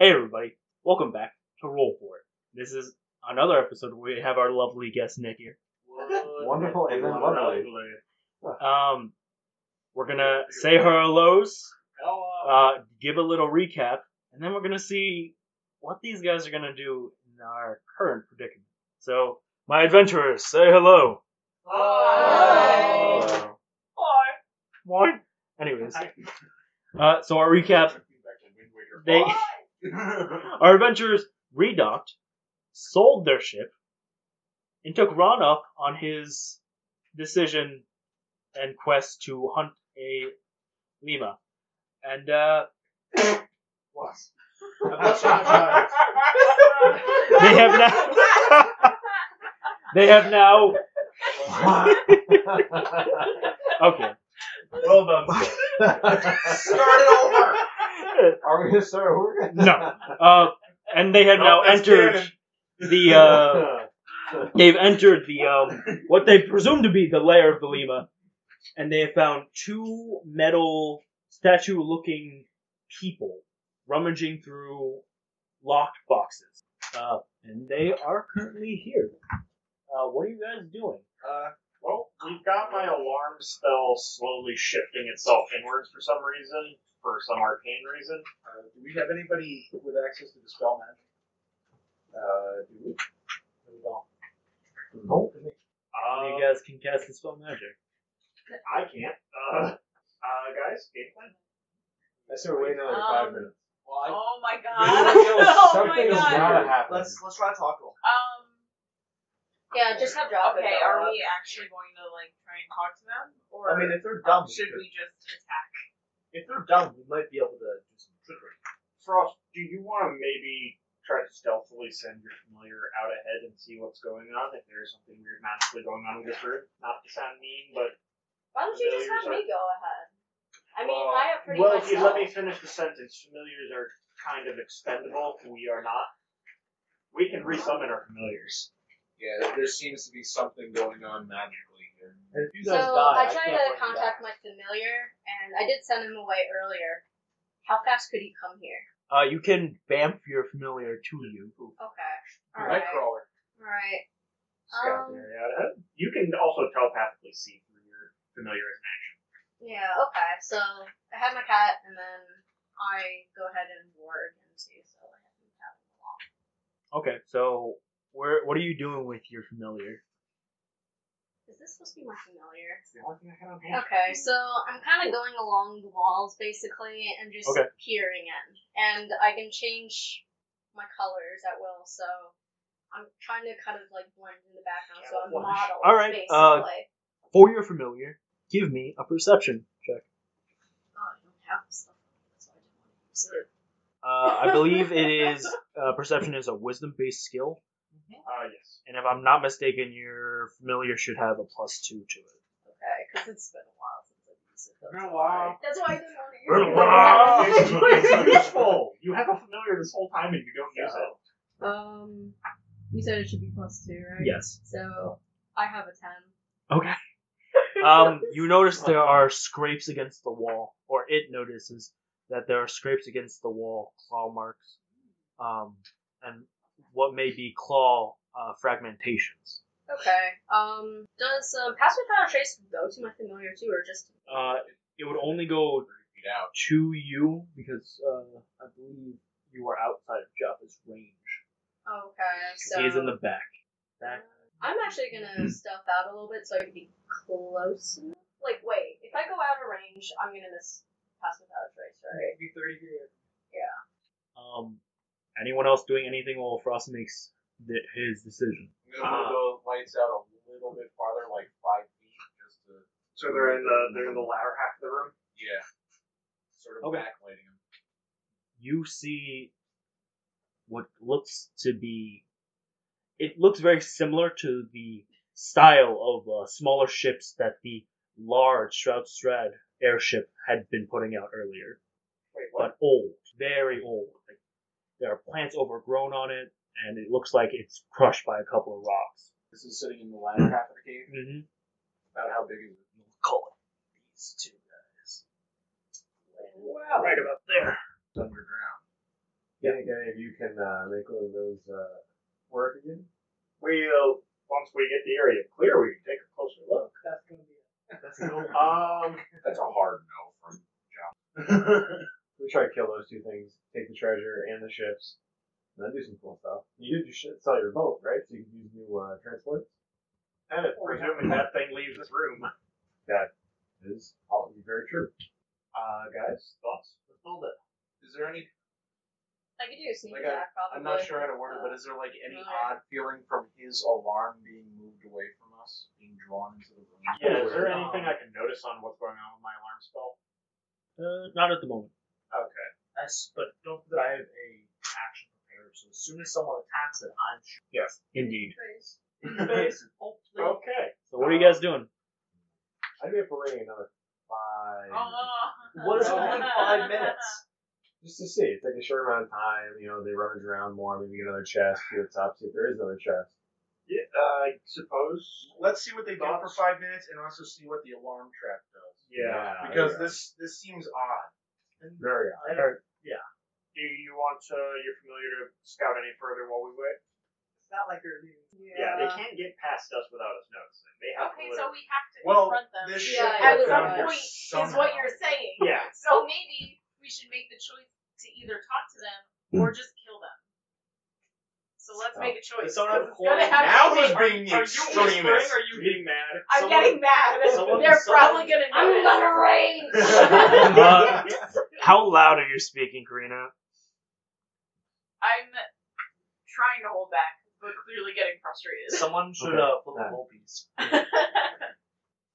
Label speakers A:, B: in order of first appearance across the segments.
A: Hey everybody, welcome back to Roll For It. This is another episode where we have our lovely guest Nick here.
B: Wonderful and then lovely.
A: Um, we're gonna say her hellos, uh, give a little recap, and then we're gonna see what these guys are gonna do in our current predicament. So, my adventurers, say hello.
C: Hi.
B: Hello.
A: What? Anyways, uh, so our recap: they, our adventurers redocked, sold their ship, and took Ron up on his decision and quest to hunt a lima. And uh, they have now they have now okay. Well done.
C: Start it
B: Are we gonna start over?
A: No. Uh, and they have now
D: Nope, Oh, that's
A: entered
D: canon.
A: the uh, they've entered the um, what they presume to be the lair of the lima, and they have found two metal statue-looking people rummaging through locked boxes, uh, and they are currently here. Uh, what are you guys doing?
D: Uh, well, we've got my alarm spell slowly shifting itself inwards for some reason, for some arcane reason.
E: Uh, do we have anybody with access to dispel magic? Uh, do we? We don't.
D: Uh,
A: you guys can cast the spell magic.
D: I can't. Uh, uh, guys, game plan.
B: I started waiting another five
C: Um,
B: minutes.
E: Well,
C: Oh my god. oh
B: Something is
C: my god.
B: gotta
E: I,
B: happen.
E: let's let's try to talk to him.
C: Um,
F: Yeah, just have Java.
C: okay, are we actually going to like try and talk to them? Or
E: I mean, if they're dumb,
C: should we just attack?
E: If they're dumb, we might be able to do some trickery.
D: Frost, do you want to maybe try to stealthily send your familiar out ahead and see what's going on? If there's something weird magically going on in this room? Not to sound mean, but
F: Why don't you just have me go ahead? I mean, I have pretty
D: well,
F: much.
D: if you let me finish the sentence, familiars are kind of expendable. We are not. We can resummon our familiars.
G: Yeah, there seems to be something going on magically here.
E: And if you
F: So
E: guys die,
F: I
E: can't
F: tried to
E: bring you
F: contact
E: back.
F: my familiar, and I did send him away earlier. How fast could he come here?
A: Uh, you can bamf your familiar to you.
F: Okay. All right.
E: Nightcrawler.
F: All right.
D: Scout
F: Um,
D: the area out ahead. You can also telepathically see through your familiar as an action.
F: yeah. Okay. So I have my cat, and then I go ahead and ward him too. So I have my cat along.
A: Okay, so where what are you doing with your familiar?
F: Is this supposed to be my familiar?
D: It's the only thing I had on hand.
F: Okay, so I'm kind of going along the walls basically and just
A: Okay.
F: peering in. And I can change my colors at will, so I'm trying to kind of like blend in the background, so I'm
D: Camouflage.
F: modeled
A: All right,
F: basically.
A: uh, For your familiar, give me a perception check.
F: oh, I don't have stuff, so I don't want to use it.
A: Uh, I believe it is uh, perception is a wisdom based skill,
D: Uh, yes.
A: and if I'm not mistaken, your familiar should have a plus two to it.
F: Okay, because it's been a while since I've used it. That's
E: Been a
F: why-
E: while.
F: That's why I didn't want to
D: Been a
E: while.
F: use it.
D: useful. You have a familiar this whole time and you don't use it.
F: um, you said it should be plus two, right?
A: Yes.
F: So I have a ten.
A: Okay. Um, you notice there are scrapes against the wall, or it notices that there are scrapes against the wall, claw marks, um, and what may be claw uh, fragmentations.
F: Okay. Um, does um, Pass Without a Trace go to my familiar too, or just?
A: Uh, it would only go
G: Feet out.
A: to you because uh, I believe you are outside of Java's range.
F: Okay. So
A: He's in the back. back.
F: I'm actually gonna
G: Mm-hmm.
F: stealth out a little bit so I can be close. enough. Like, wait, if I go out of range, I'm gonna miss Pass Without a Trace, right?
E: Maybe thirty years.
A: Um, anyone else doing anything while Frost makes th- his decision?
G: I'm gonna move the lights out a little bit farther, like five feet, just to
D: So they're in the they're in the latter half of the room.
G: yeah, sort of
A: Okay.
G: backlighting them.
A: You see what looks to be. It looks very similar to the style of uh, smaller ships that the large Shroud Strad airship had been putting out earlier.
D: Wait, what?
A: but old, very old. Like, there are plants overgrown on it, and it looks like it's crushed by a couple of rocks.
G: This is sitting in the latter half of the cave.
A: Mm-hmm.
G: About how big is it?
A: Call it these two guys.
E: Wow.
A: Right about there.
G: It's underground.
B: Do you think any of you can uh, make one of those uh, work again?
D: We'll once we get the area clear, we can take a closer look.
E: That's gonna be
B: That's no.
G: Um, that's a hard no from John.
B: we try to kill those two things, take the treasure and the ships, and then do some cool stuff. You did your shit, sell your boat, right? So you can use new uh, transports.
D: That is presuming that thing leaves this room.
B: Is probably very true.
D: Uh, guys, thoughts? Let's build it.
G: Is there any?
F: I could do a sneak
G: Like,
F: attack,
G: I'm
F: probably.
G: not sure how to word it, but is there like any
F: Okay.
G: odd feeling from his alarm being moved away from us, being drawn into the room?
D: Yeah, is there anything I can notice on what's going on with my alarm spell?
A: Uh, not at the moment.
D: Okay.
H: Yes, but don't forget I have a action prepared, so as soon as someone attacks it, I'm shooting.
A: Yes. Indeed.
H: Face.
D: Okay.
A: So what are you guys doing?
B: I'd be up for waiting another five.
C: Oh,
H: What is only five minutes?
B: Just to see. It's like a short amount of time. You know, they rummage around more, maybe get another chest, see what's up, see if there is another chest.
D: Yeah, uh, I suppose.
G: Let's see what they do for
D: Thoughts?
G: five minutes, and also see what the alarm trap does.
D: Yeah.
H: Ah,
G: Because
B: yeah.
G: this this seems odd.
B: Very odd.
H: I don't-
D: Do you want uh, your familiar to scout any further while we wait?
H: It's not like they're leaving.
D: Yeah, they can't get past us without us noticing. They have
C: Okay,
D: to.
C: so we have to
G: Well,
C: confront them.
G: This
F: Yeah,
G: ship
F: at
G: got
F: some
G: down here
F: point
G: somehow.
C: is what you're saying.
D: Yeah.
C: So maybe we should make the choice to either talk to them or just kill them. So let's make a choice.
H: Does someone have
C: 'cause
H: corn?
C: it's gonna
G: Now
C: have to
G: who's
C: take-
G: being the
H: Are you whispering?
G: extremist?
H: Are you getting mad?
C: I'm
H: Someone-
C: getting mad.
H: someone-
C: They're
H: someone-
C: probably gonna.
F: I'm
C: notice.
F: gonna rage.
A: Uh, how loud are you speaking, Karina?
C: I'm trying to hold back, but clearly getting frustrated.
H: Someone should
B: Okay.
H: uh, flip
B: Yeah.
H: a gold piece.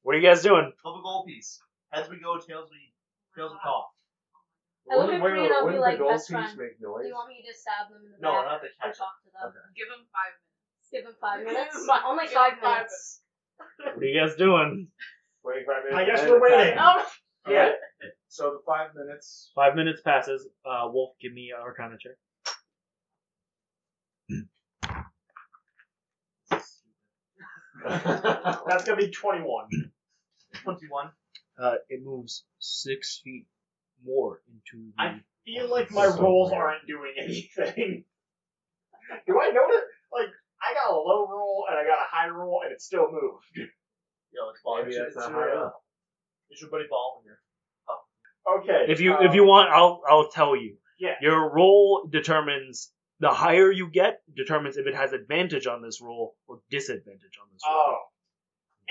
A: What are you guys doing?
H: Flip a gold piece. Heads we go, tails we tails we
C: Uh-huh.
H: talk.
F: I look at
B: Wouldn't- wait, wait,
F: Karina and I'll be
B: wouldn't
F: like,
B: the gold
F: best
B: piece
F: friend.
B: make
F: Do
B: noise?
F: you want me to stab them in the
H: No, not
F: back
H: the
F: or
H: cat.
F: talk to them?
B: Okay.
C: Give them five minutes.
F: Give them five minutes.
C: Five-
F: Only
C: give
F: five
C: them five
F: minutes.
A: What are you guys doing?
B: Waiting five minutes.
D: I guess
B: and
D: we're
B: then attack.
D: waiting.
C: Oh,
H: Yeah.
E: So the five minutes.
A: Five minutes passes. Uh, Wolf, give me an Arcana check.
D: That's gonna be twenty-one.
H: Twenty-one.
A: Uh, it moves six feet more into the.
D: I- Feel like my
B: So
D: rolls
B: weird.
D: aren't doing anything. Do I notice? Like I got a low roll and I got a high roll and it still moved.
H: Yo, it's ball.
B: Maybe
H: It's, it's,
B: that's not high
H: your, uh,
B: enough.
H: it's your buddy ball here.
D: Okay.
A: If you
D: uh,
A: if you want, I'll I'll tell you.
D: Yeah.
A: Your roll determines the higher you get determines if it has advantage on this roll or disadvantage on this roll.
D: Oh.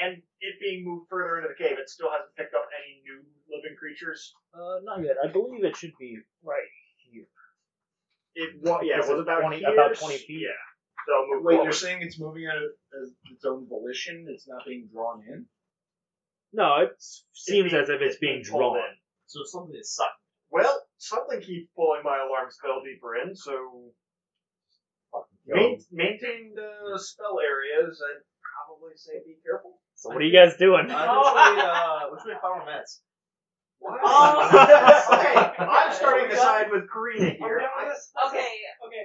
D: And it being moved further into the cave, it still hasn't picked up any new living creatures.
A: Uh, not yet. I believe it should be right here.
D: It was yeah,
A: This
D: it
A: is
D: was about
A: 20
D: here,
A: about 20 feet.
D: Yeah. So move
E: Wait,
D: forward.
E: you're saying it's moving out of as its own volition? It's not being drawn in.
A: No, it seems
D: being-
A: as if it's being
D: pulled
A: drawn.
D: in.
H: So something is sucking.
D: Well, something keeps pulling my alarm spell deeper in, so
B: Fucking kill
D: main,
B: them.
D: maintain the spell areas. I'd probably say be careful.
A: So what are you guys doing?
H: Uh, which way? Uh, which way? Five more minutes.
D: Oh, okay, I'm starting to side with Karina here.
C: okay.
H: Okay.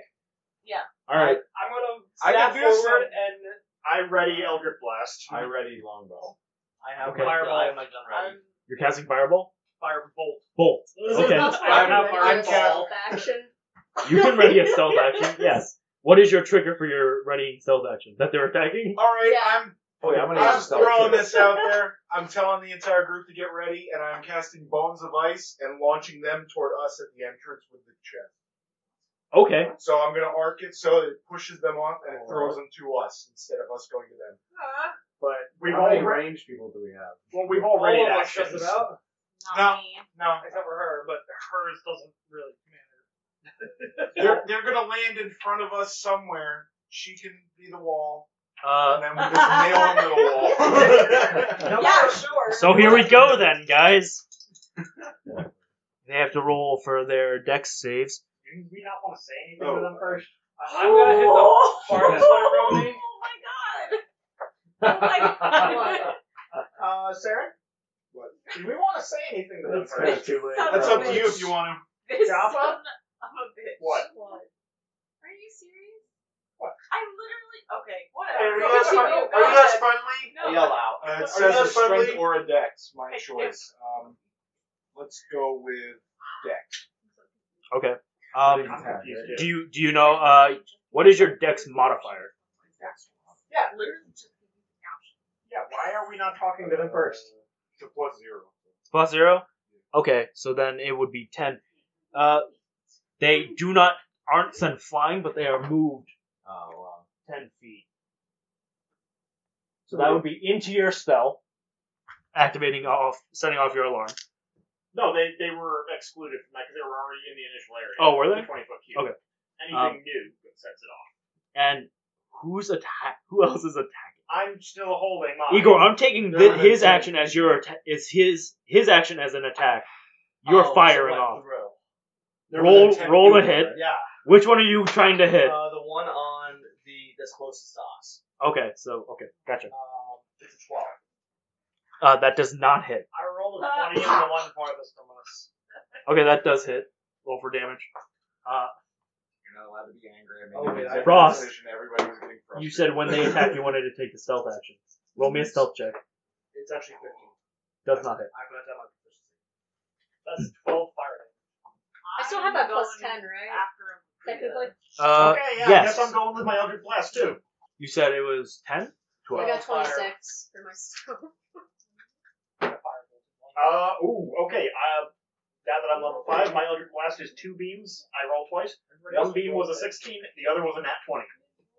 A: All right.
H: I'm gonna
D: I
H: stab
D: can do
H: forward
D: some-
H: and
D: I ready Eldritch Blast.
B: I ready longbow.
H: I have
A: Okay.
H: my I have my gun ready.
C: I'm
A: You're casting fireball.
H: Firebolt.
A: Bolt. Okay.
F: I'm,
H: I'm- I'm
F: self action.
A: You can ready a stealth action. Yes. What is your trigger for your readying stealth action? That they're attacking?
G: All right,
F: Yeah.
G: I'm
B: Oh, yeah, I'm gonna
G: I'm
B: use stealth.
G: throwing
B: too.
G: this out there. I'm telling the entire group to get ready, and I'm casting bombs of ice and launching them toward us at the entrance with the chest.
A: Okay.
G: So I'm gonna arc it so that it pushes them off and
B: Oh.
G: it throws them to us instead of us going to them.
C: uh,
D: But we've
B: How many
D: already
B: range people do we have?
D: well, we've already
H: All of us
D: actions.
H: just about,
C: not
G: No.
C: me.
G: No,
H: except for her, but hers doesn't really matter.
G: they're they're gonna land in front of us somewhere. She can be the wall,
A: Uh,
G: and then we just nail them to the wall.
C: Yeah, sure.
A: So here we go then, guys. They have to roll for their dex saves.
D: Do we not want to say anything to them first?
H: I'm gonna hit the farthest one
C: Oh
H: from
C: my
H: me.
C: god! Oh my god!
D: Uh, Sarah?
E: What?
D: Do we want to say anything to them
B: It's
D: first?
B: kinda too late.
C: Son
G: That's
C: of
G: up to you if you want
C: This
D: Java?
C: son of a bitch.
D: What?
C: Are you serious?
D: What?
C: I literally. Okay,
G: to. Are
C: whatever.
G: you
C: Go
G: guys, fri-
C: ahead, go
G: are you guys
C: ahead.
G: friendly?
C: No.
H: Yell out.
G: Uh, it
D: Are
G: says
D: you
G: a
D: guys
G: strength
D: friendly?
G: or a dex. My choice. Um, let's go with dex.
A: Okay. Um,
D: I'm confused too.
A: do you do you know uh what is your dex modifier?
D: Yeah,
C: literally just
D: Yeah, why are we not talking
G: uh,
D: to them first?
G: It's a plus zero.
A: It's plus zero. Okay, so then it would be ten. Uh, they do not aren't sent flying, but they are moved. Oh, wow. Ten feet. So that
G: Oh,
A: would be into your spell, activating off, setting off your alarm.
D: No, they, they were excluded from that because they were already in the initial area.
A: Oh, were they?
D: The twenty foot cube.
A: Okay. Um,
D: Anything new sets it off.
A: And who's attack? Who else is attacking?
D: I'm still holding on.
A: Uh, Igor, I'm taking
E: No,
A: thi-
E: no,
A: his
E: no.
A: action as your atta- is his his action as an attack. You're firing off. Roll roll a hit.
E: Yeah.
A: Which one are you trying to hit?
E: Uh, the one on the that's closest to us.
A: Okay, so okay,
E: Um,
A: gotcha.
E: it's a twelve.
A: Uh, that does not hit.
E: I rolled
C: a 20
E: on the one farthest from us.
A: Okay, that does hit. Roll for damage.
G: You're not allowed to be angry at me.
E: Oh, wait, I-
G: Every
A: Frost.
G: decision, Everybody was getting frustrated.
A: You said when they attack, you wanted to take the stealth action. Roll me a stealth check.
E: It's actually fifteen.
A: Does not hit.
E: I forgot that my proficiency. That's twelve fire.
F: I still have that plus ten, right?
C: After him.
F: Technically,
A: Uh,
D: okay, yeah,
A: yes.
D: I guess I'm going with my Eldritch Blast too.
A: you said it was ten.
F: I
A: Twelve.
F: got
E: Fire.
F: twenty six for myself.
D: Uh, ooh, okay. Uh, now that I'm level 5, my Eldritch Blast is two beams. I roll twice. One beam was a 16, the other was a nat 20.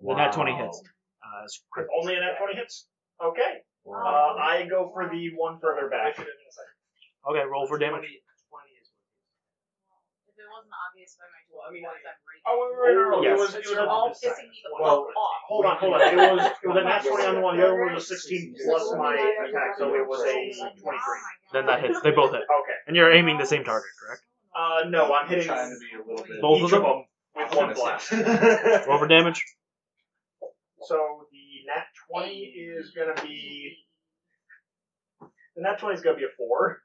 A: The nat twenty hits. Uh, it's
D: If
A: crit.
D: only a nat 20 hits. Okay. Uh,
C: Wow.
D: I go for the one further back.
A: Okay, roll for damage.
C: If it wasn't obvious by my
E: Well, I mean,
C: voice, I'm right.
G: Oh, wait, wait, wait, wait.
A: Yes.
G: It was, it was
C: You're all
G: a,
C: pissing me the fuck
D: Well,
C: off.
D: Hold on, hold on. It was it was a nat 20 on the one, the other one was a 16 plus my attack, so it was a 23.
F: Oh
A: Then that hits. They both hit.
D: Okay.
A: And you're aiming the same target, correct?
D: Uh, no, I'm hitting
G: trying to be a little bit.
A: Both
D: each
A: of
D: of
A: them?
D: them with one blast.
A: Roll for damage.
D: So the nat 20 is going to be. The nat 20 is going to be a 4.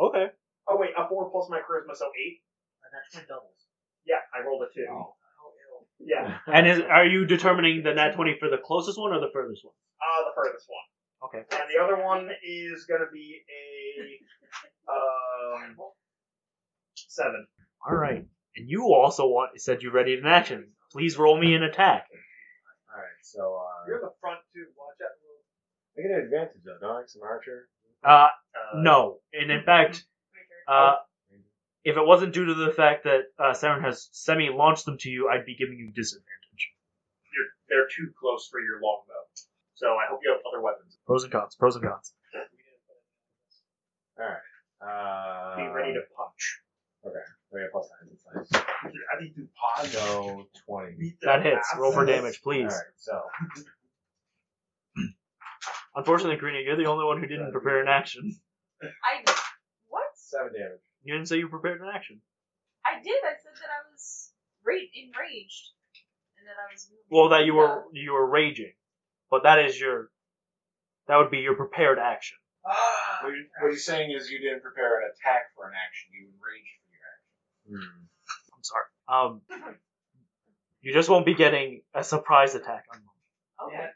A: Okay.
D: Oh, wait, a 4 plus my charisma, so 8.
E: And that's my doubles.
D: Yeah, I rolled a 2. Yeah,
A: And is are you determining the nat twenty for the closest one or the furthest one?
D: uh, the furthest one.
A: Okay.
D: And the other one is going to be a. Um, 7.
A: All right. And you also want said you ready in action. Please roll me an attack.
B: Alright, so, uh.
E: the front two. Watch out.
B: I get an advantage though, don't I? 'Cause I'm an archer.
A: Uh,
D: Uh,
A: no. And in fact, uh, if it wasn't due to the fact that uh, Saren has semi-launched them to you, I'd be giving you disadvantage.
D: You're, they're too close for your longbow. So I hope you have other weapons.
A: Pros and cons. Pros and cons.
B: Uh.
D: Be ready to punch.
B: Wait, plus nine. It's nice.
D: I need to
B: So, 20.
D: beat
A: That
D: their
A: hits. Roll for
D: asses.
A: damage, please.
B: Alright, so.
A: Unfortunately, Karina, you're the only one who didn't prepare an action.
C: I what?
B: 7 damage.
A: You didn't say you prepared an action.
C: I did. I said that I was ra- enraged, and that I was. moving.
A: Well, that you were you were raging, but that is your that would be your prepared action.
D: Ah.
G: What, you, what he's saying is you didn't prepare an attack for an action. You enraged for your action.
B: Hmm.
A: I'm sorry. Um, you just won't be getting a surprise attack. on
C: Okay.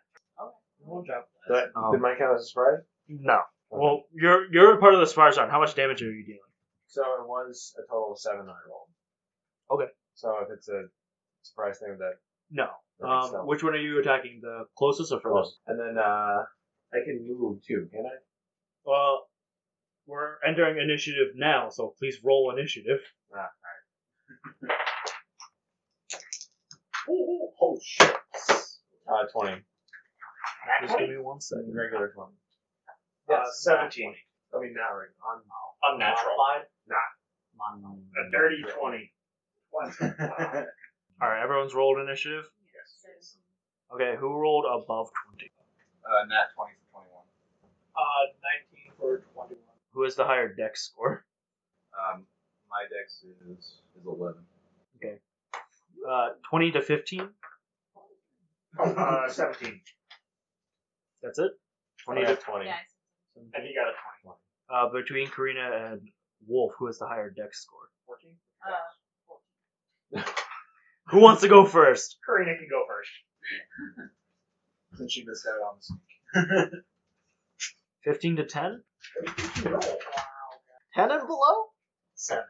B: That,
A: Um,
B: did mine count as a surprise?
A: No. Well, you're you're part of the surprise round. How much damage are you dealing?
B: So it was a total of 7 I rolled.
A: Okay.
B: So if it's a surprise thing with that.
A: No.
B: that
A: Um,
B: itself.
A: which one are you attacking? The closest or furthest?
B: Close. And then, uh. I can move too, can I?
A: Well, we're entering initiative now, so please roll initiative.
D: Ooh, oh shit.
B: Uh, 20.
D: Nat
A: Just give
D: 20?
A: me one second.
B: Regular 20.
D: Uh, 17.
B: I mean, not regular. On
D: Unnatural. A dirty 20.
G: Uh,
A: All right, everyone's rolled initiative.
C: Yes.
A: Okay, who rolled above twenty?
G: Uh, nat 20 for 21.
E: Uh, nineteen for twenty-one.
A: Who has the higher dex score?
G: Um, my dex is, is 11.
A: Uh, twenty to fifteen.
D: Uh, 17.
A: That's it. Twenty
B: Yeah,
A: to
B: 20.
C: Yes.
D: And he got a 20.
A: uh, between Karina and Wolf, who has the higher dex score?
D: 14?
C: Uh,
A: Who wants to go first?
D: Karina can go first.
G: Since she missed out on this.
A: Fifteen to ten.
E: What did you roll? Wow.
A: Ten and below.
E: Seven.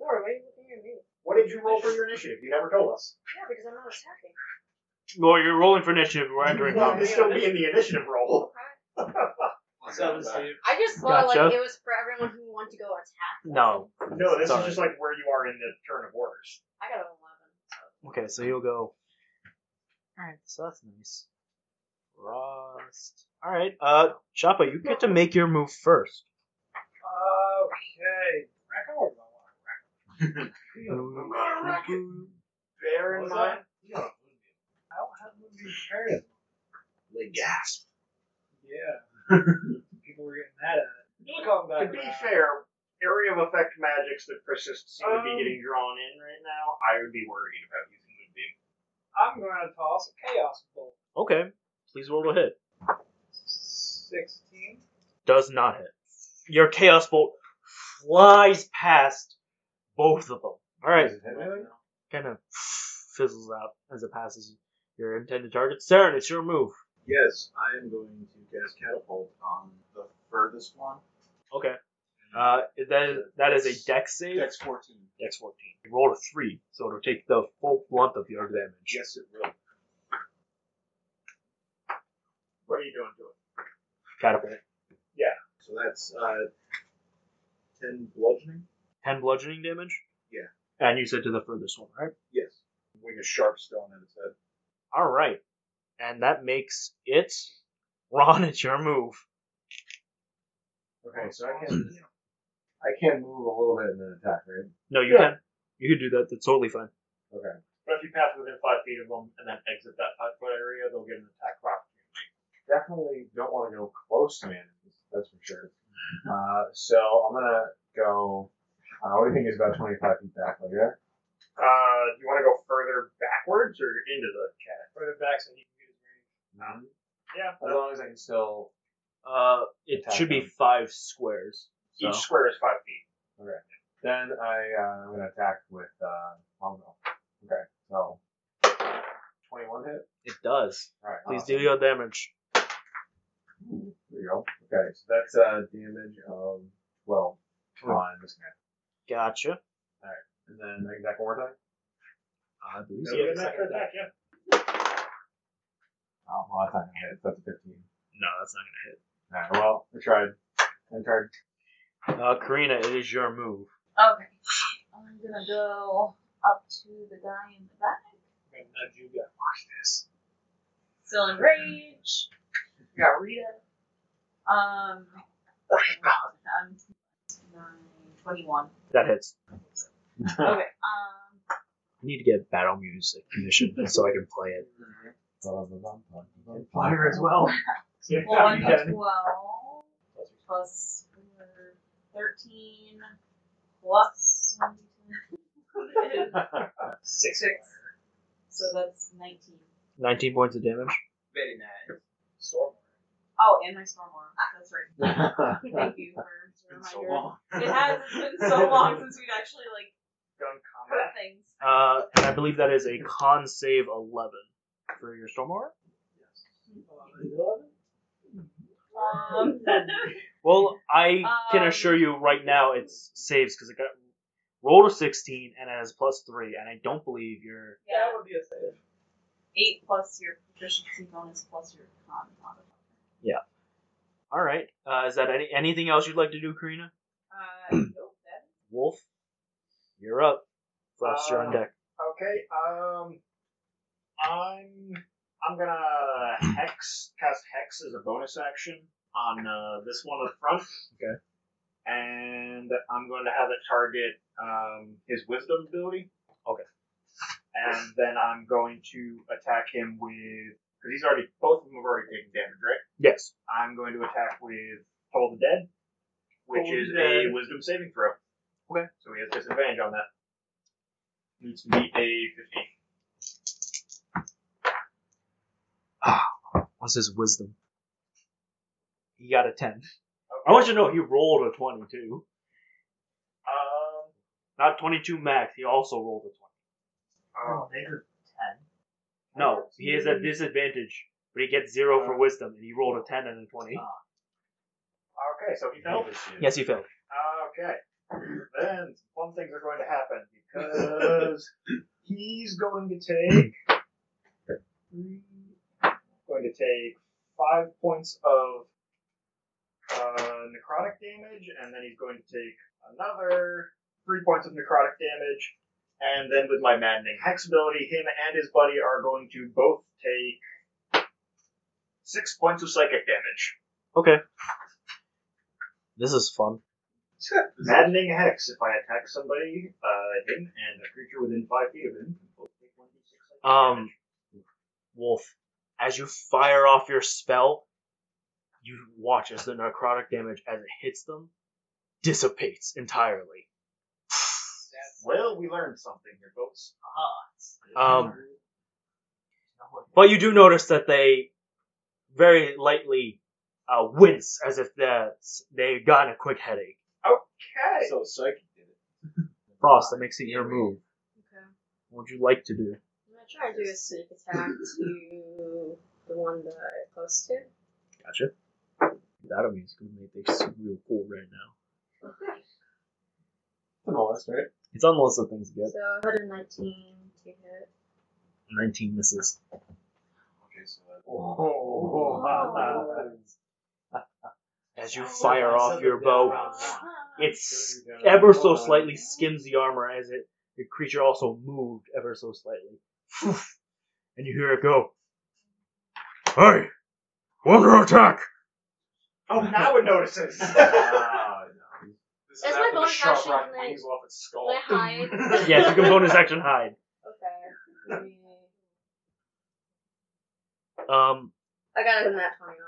F: Laura, what are you looking near me.
D: What did you roll for your initiative? You never told us.
F: Yeah, because I'm not attacking.
A: Well, you're rolling for initiative. We're entering.
D: Well, this will be in the initiative roll.
F: Okay.
E: Seven, Steve.
F: I just thought like
A: Gotcha.
F: it was for everyone who wanted to go attack. them.
A: No.
D: No, this
A: Sorry.
D: is just like where you are in the turn of orders.
F: I got an eleven.
A: Okay, so you'll go. Alright, so that's nice. Rust. Alright, uh, Shappa, you get to make your move first.
E: Okay. Reckon or do I want to reckon?
G: Bear in
E: What's
G: mind.
E: I don't have movie prepared.
H: Like gasp.
E: Yeah. People were getting mad at it. You'll come
D: To
E: back.
D: be
E: around.
D: fair, area of effect magics that persists seem to be
E: Um,
D: getting drawn in right now. I would be worried about using Moonbeam.
E: I'm going to toss a chaos bolt.
A: Okay, please roll to hit.
E: Sixteen.
A: Does not hit. Your Chaos Bolt flies past both of them. Alright,
B: Does it hit anything?
A: kind of fizzles out as it passes your intended target. Saren, it's your move.
G: Yes, I am going to cast catapult on the furthest one.
A: Okay. Uh, that is, that is a dex save.
G: Dex 14.
A: Dex 14. You rolled a 3, so it'll take the full blunt of your damage.
G: Yes, it will.
D: What are you doing to it?
A: Catapult.
G: So that's uh, 10 bludgeoning.
A: 10 bludgeoning damage?
G: Yeah.
A: And you said to the furthest one, right?
G: Yes. Wing a sharp stone at its head.
A: All right. And that makes it. Ron, it's your move.
B: Okay, so I can I can move a little bit and then attack, right?
A: No, you can. You can do that. That's totally fine.
B: Okay.
D: But if you pass within five feet of them and then exit that five foot area, they'll get an attack rock.
B: Definitely don't want to go close to me. That's for sure. Uh, so I'm gonna go. Uh, what do you think is about 25 feet back? Like there.
D: Uh, do you want to go further backwards or into the cat?
E: Further back so he can get his range.
D: Yeah.
B: As long as I can still.
A: Uh, it
B: Attack
A: should be
B: him.
A: five squares. So.
D: Each square is five feet.
B: Then I uh, I'm gonna attack with uh, longbow. Okay. So 21 hit.
A: It does.
B: All right.
A: Please
B: awesome.
A: do your damage.
B: Ooh, There you go. Okay, so that's uh, damage of 12 on this guy.
A: Gotcha.
B: And then I can attack one more time.
A: I believe
D: So you have an extra attack, yeah.
B: Oh, well, that's not gonna hit. That's a 15.
A: No, that's not gonna hit.
B: All right. Well, I tried. I tried.
A: Uh, Karina, it is your move.
C: Okay. I'm gonna go up to the guy in the back.
E: I'm gonna nudge you guys. Watch this.
C: Still in rage. We got Rita. Um. I'm nine, 21.
A: That hits.
C: Okay. Um.
A: I need to get battle music commissioned so I can play it.
B: Fire as well.
C: Well, I'm
D: Yeah.
C: at 12 plus 13 plus 1d10.
E: Six.
C: Six. So that's 19.
A: 19 points of damage.
E: Very nice. Storm.
C: Oh, and my storm arm. That's right.
B: All
C: Thank you for the reminder.
G: long.
C: It has. It's been so long since we've actually like
D: Done combat.
C: heard things.
A: Uh, and I believe that is a con save 11 for your Stormwater.
C: Um,
A: Well, I can
C: Um,
A: assure you right now it's saves because it got rolled a 16 and it has plus 3, and I don't believe you're.
C: yeah,
E: would be a save.
C: eight plus your proficiency bonus plus your con modifier.
A: Alright. Uh, is that any, anything else you'd like to do, Karina?
C: Uh, nope, that is
A: Wolf, you're up. Frost, you're on
D: Uh,
A: deck.
D: Okay. Um, I'm I'm gonna hex cast hex as a bonus action on uh, this one up front.
A: Okay.
D: And I'm going to have it target um, his wisdom ability.
A: Okay.
D: And then I'm going to attack him with because he's already both of them have already taken damage, right?
A: Yes.
D: I'm going to attack with Toll the Dead, which
A: Toll the
D: is
A: Dead.
D: a wisdom saving throw.
A: Okay.
D: So he has disadvantage on that. Needs to be a 15.
A: What's his wisdom? He got a 10.
D: Okay.
A: I want you to know he rolled a 22.
D: Um,
A: Not 22 max, he also rolled a 20.
D: oh,
A: No, he is at disadvantage, but he gets 0 for wisdom, and he rolled a 10 and a 20.
D: okay, so he failed.
A: Yes, he failed.
D: Okay. Then fun things are going to happen because he's going to take three- going to take five points of uh, necrotic damage, and then he's going to take another three points of necrotic damage, and then with my maddening hex ability, him and his buddy are going to both take six points of psychic damage.
A: Okay. This is fun.
D: Maddening hex. If I attack somebody, uh, him and a creature within five feet of him, can both take one d6 psychic
A: Um,
D: damage.
A: Wolf, as you fire off your spell, you watch as the necrotic damage as it hits them dissipates entirely.
D: Well, we learned something here, folks.
A: Um, but you do notice that they very lightly uh, wince as if they're- they've gotten a quick headache.
D: Okay.
E: So psychic did it.
A: Frost, that makes it your move.
F: Okay.
A: What would you like to do?
F: I'm gonna try to do a sneak attack to the one that I'm close to.
A: Gotcha. That'll mean it's gonna make this real cool right now.
B: Unless, right?
A: It's on the list of things to get.
F: So I had a 19 to hit.
A: 19 misses.
B: Okay, so
D: Oh,
A: As you fire off your bow,
C: Uh-huh.
A: it s-
B: There you go.
A: ever so slightly skims the armor as it the creature also moved ever so slightly. And you hear it go. Hey! Wonder attack!
D: Oh, now it notices.
G: This is
F: That's my
G: after the
F: bonus
G: sharp
F: action,
G: rock
F: like-
G: wings off its skull.
F: Can I hide?
A: Yes, you can bonus action hide.
F: Okay.
A: Um,
F: I got a nat 20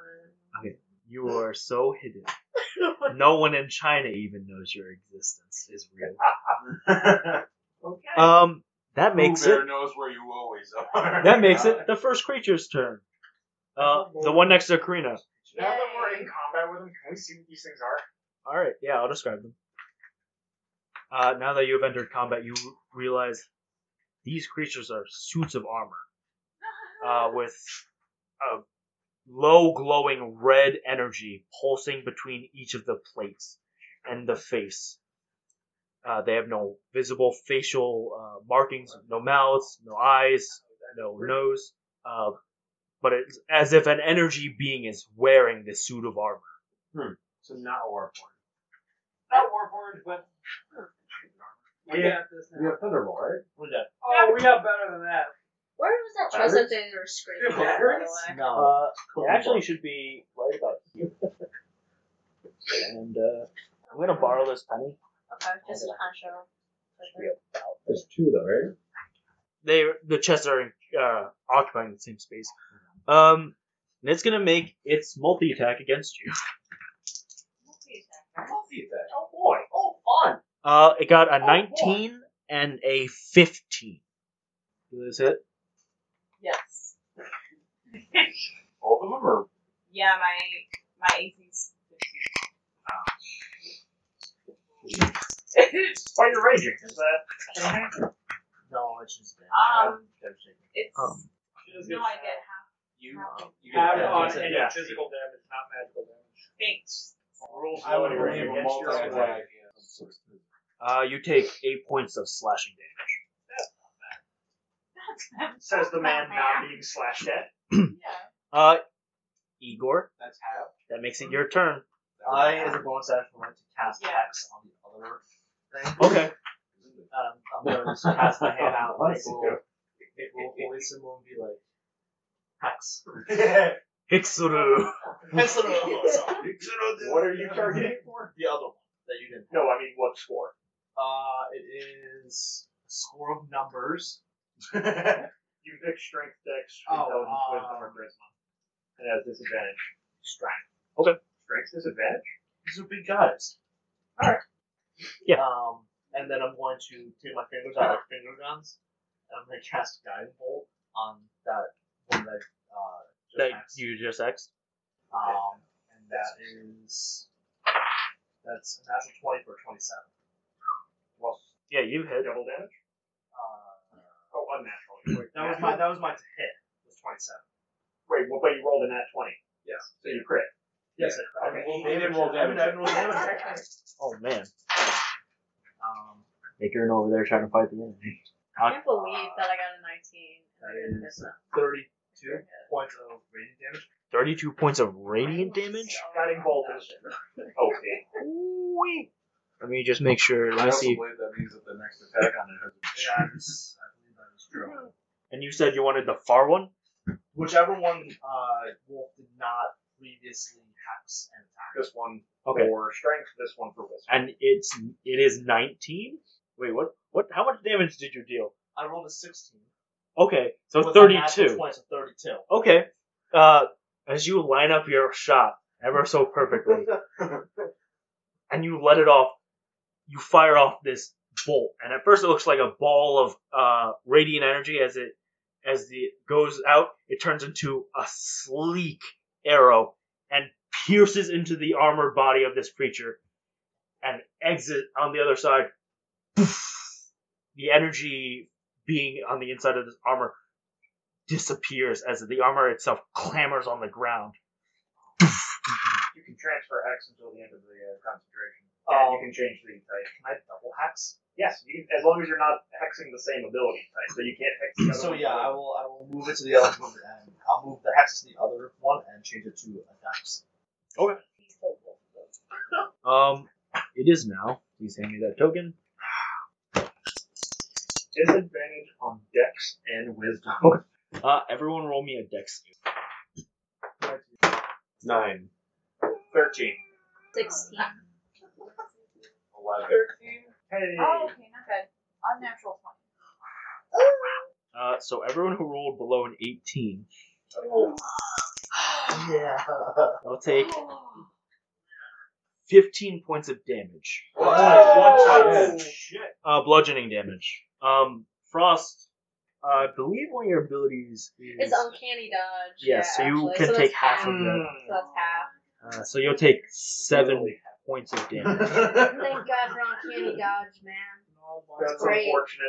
F: on
A: you are so hidden.
F: it.
A: No one in China even knows your existence is real.
D: okay.
A: Um, that makes
G: Pooh Bear
A: it.
G: knows where you always are.
A: That makes it the first creature's turn. Uh, the one next to Karina.
D: now that we're in combat with him, can we see what these things are?
A: All right, yeah, I'll describe them. Uh, now that you have entered combat, you realize these creatures are suits of armor uh, with a low glowing red energy pulsing between each of the plates and the face. Uh, they have no visible facial uh, markings, no mouths, no eyes, no nose, uh, but it's as if an energy being is wearing this suit of armor.
B: So not a warforged.
D: Not warforged, but
E: We got this
B: You
E: now.
B: have Thunderbolt, right?
E: Oh, we got better than that.
F: Where was that chest that they were scraping?
E: Yeah,
F: at, by the way?
E: No.
A: Uh, it actually should be right about here. and uh, I'm gonna borrow this penny.
F: Okay, just a kind of show.
B: There's two though, right?
A: They the chests are uh, occupying the same space. Um, and it's gonna make its multi attack against you.
D: oh boy, oh fun.
A: Uh, it
H: Oh,
A: got a
D: boy.
A: 19 and a 15. Is it?
C: Yes.
G: All of them are.
C: Yeah, my my AC's Um, fifteen.
D: Why you're raging? Is that?
H: No, it's just that.
C: um,
H: Devastating.
C: it's
A: Um,
C: no, I get half
G: You, uh,
C: Wow.
G: you
D: Have
G: get-
D: on
G: yeah.
D: any
G: Yeah.
D: physical damage, not magical damage.
C: thanks.
D: Rules
G: I would
D: lawyer
G: believe a
D: against your own
G: multi-attack.
D: way.
A: uh, you take eight points of slashing damage.
D: Says the man
C: Oh,
D: not being slashed at.
C: yeah.
A: Uh, Igor,
E: That's half.
A: that makes it your turn.
H: I, as a bonus action, would like to cast
C: Yeah.
H: hex on the other thing.
A: Okay.
H: Um, I'm gonna just cast my hand out like a little, little holy symbol and be like, hex. Uh,
A: Hixuru.
D: What are you targeting for?
H: The other one that you didn't.
D: No, I mean what score?
H: Uh, it is a score of numbers.
D: you pick strength, dex,
H: Oh,
D: intelligence, wisdom,
H: um,
D: or charisma, and has disadvantage. Strength.
A: Okay.
D: Strength disadvantage.
H: These are big guys.
D: Alright.
A: Yeah.
H: Um, and then I'm going to take my fingers out like finger guns, and I'm going to cast Guiding Bolt on that one that uh, just
A: That
H: passed.
A: you just X.
H: Um, and that is that's a natural twenty for twenty-seven.
D: Well,
A: Yeah, you hit.
D: double damage.
H: Uh,
D: Oh, unnatural. Wait,
H: that was my that was my to hit. Was twenty-seven.
D: Wait, well, but you rolled a nat twenty,
H: Yes.
D: so you crit.
H: Yes.
D: Okay.
H: I haven't rolled damage. I haven't rolled damage.
A: Oh man.
H: Um,
B: Icarin over there trying to fight the enemy.
F: I can't believe that I got a 19. and I didn't miss that.
H: 32 points of radiant damage.
A: 32 points of radiant damage?
F: So
D: Guiding bolt is okay.
A: Wee. Let me just make sure. Let
G: I
A: me
G: also
A: see.
G: believe that means that the next attack on it has
H: Yeah, this, I believe that is true.
A: And you said you wanted the far one?
H: Whichever one uh, Wolf did not previously hex and attack.
D: This one
A: Okay.
D: for strength, this one for wisdom.
A: And it's it is 19? Wait, what? What? How much damage did you deal?
H: I rolled a 16.
A: Okay, so
H: with a natural
A: 32.
H: 20, so 32.
A: Okay. Uh, as you line up your shot ever so perfectly, and you let it off, you fire off this bolt, and at first it looks like a ball of uh, radiant energy as it as the goes out, it turns into a sleek arrow and pierces into the armored body of this creature, and exit on the other side. Poof! the energy being on the inside of this armor disappears as the armor itself clambers on the ground.
D: You can transfer hex until the end of the uh, concentration.
H: Um,
D: and you can change the type.
H: Can I double hex?
D: Yes, you can, as long as you're not hexing the same ability type, so you can't hex the other
H: So
D: one.
H: yeah, I will. I will move it to the other one, and I'll move the hex to the other one and change it to a dex.
A: Um, it is now. Please hand me that token.
D: Disadvantage on dex and wisdom.
A: Uh, everyone roll me a dex.
B: Nine.
D: 13.
F: 16.
B: 11.
C: 13.
D: Hey!
C: Oh, okay, not good. Unnatural 20.
A: Uh, so everyone who rolled below an 18
D: Oh,
H: yeah.
A: will take 15 points of damage.
D: Oh,
A: Uh, bludgeoning damage. Um, Frost, I believe one of your abilities is.
F: It's uncanny dodge.
A: Yeah, so you can
F: that's
A: take half of
D: Mm.
F: So that's half.
A: Uh, so you'll take 7 points of damage.
F: Thank God for uncanny dodge, man.
D: That's
F: Great.
D: unfortunate.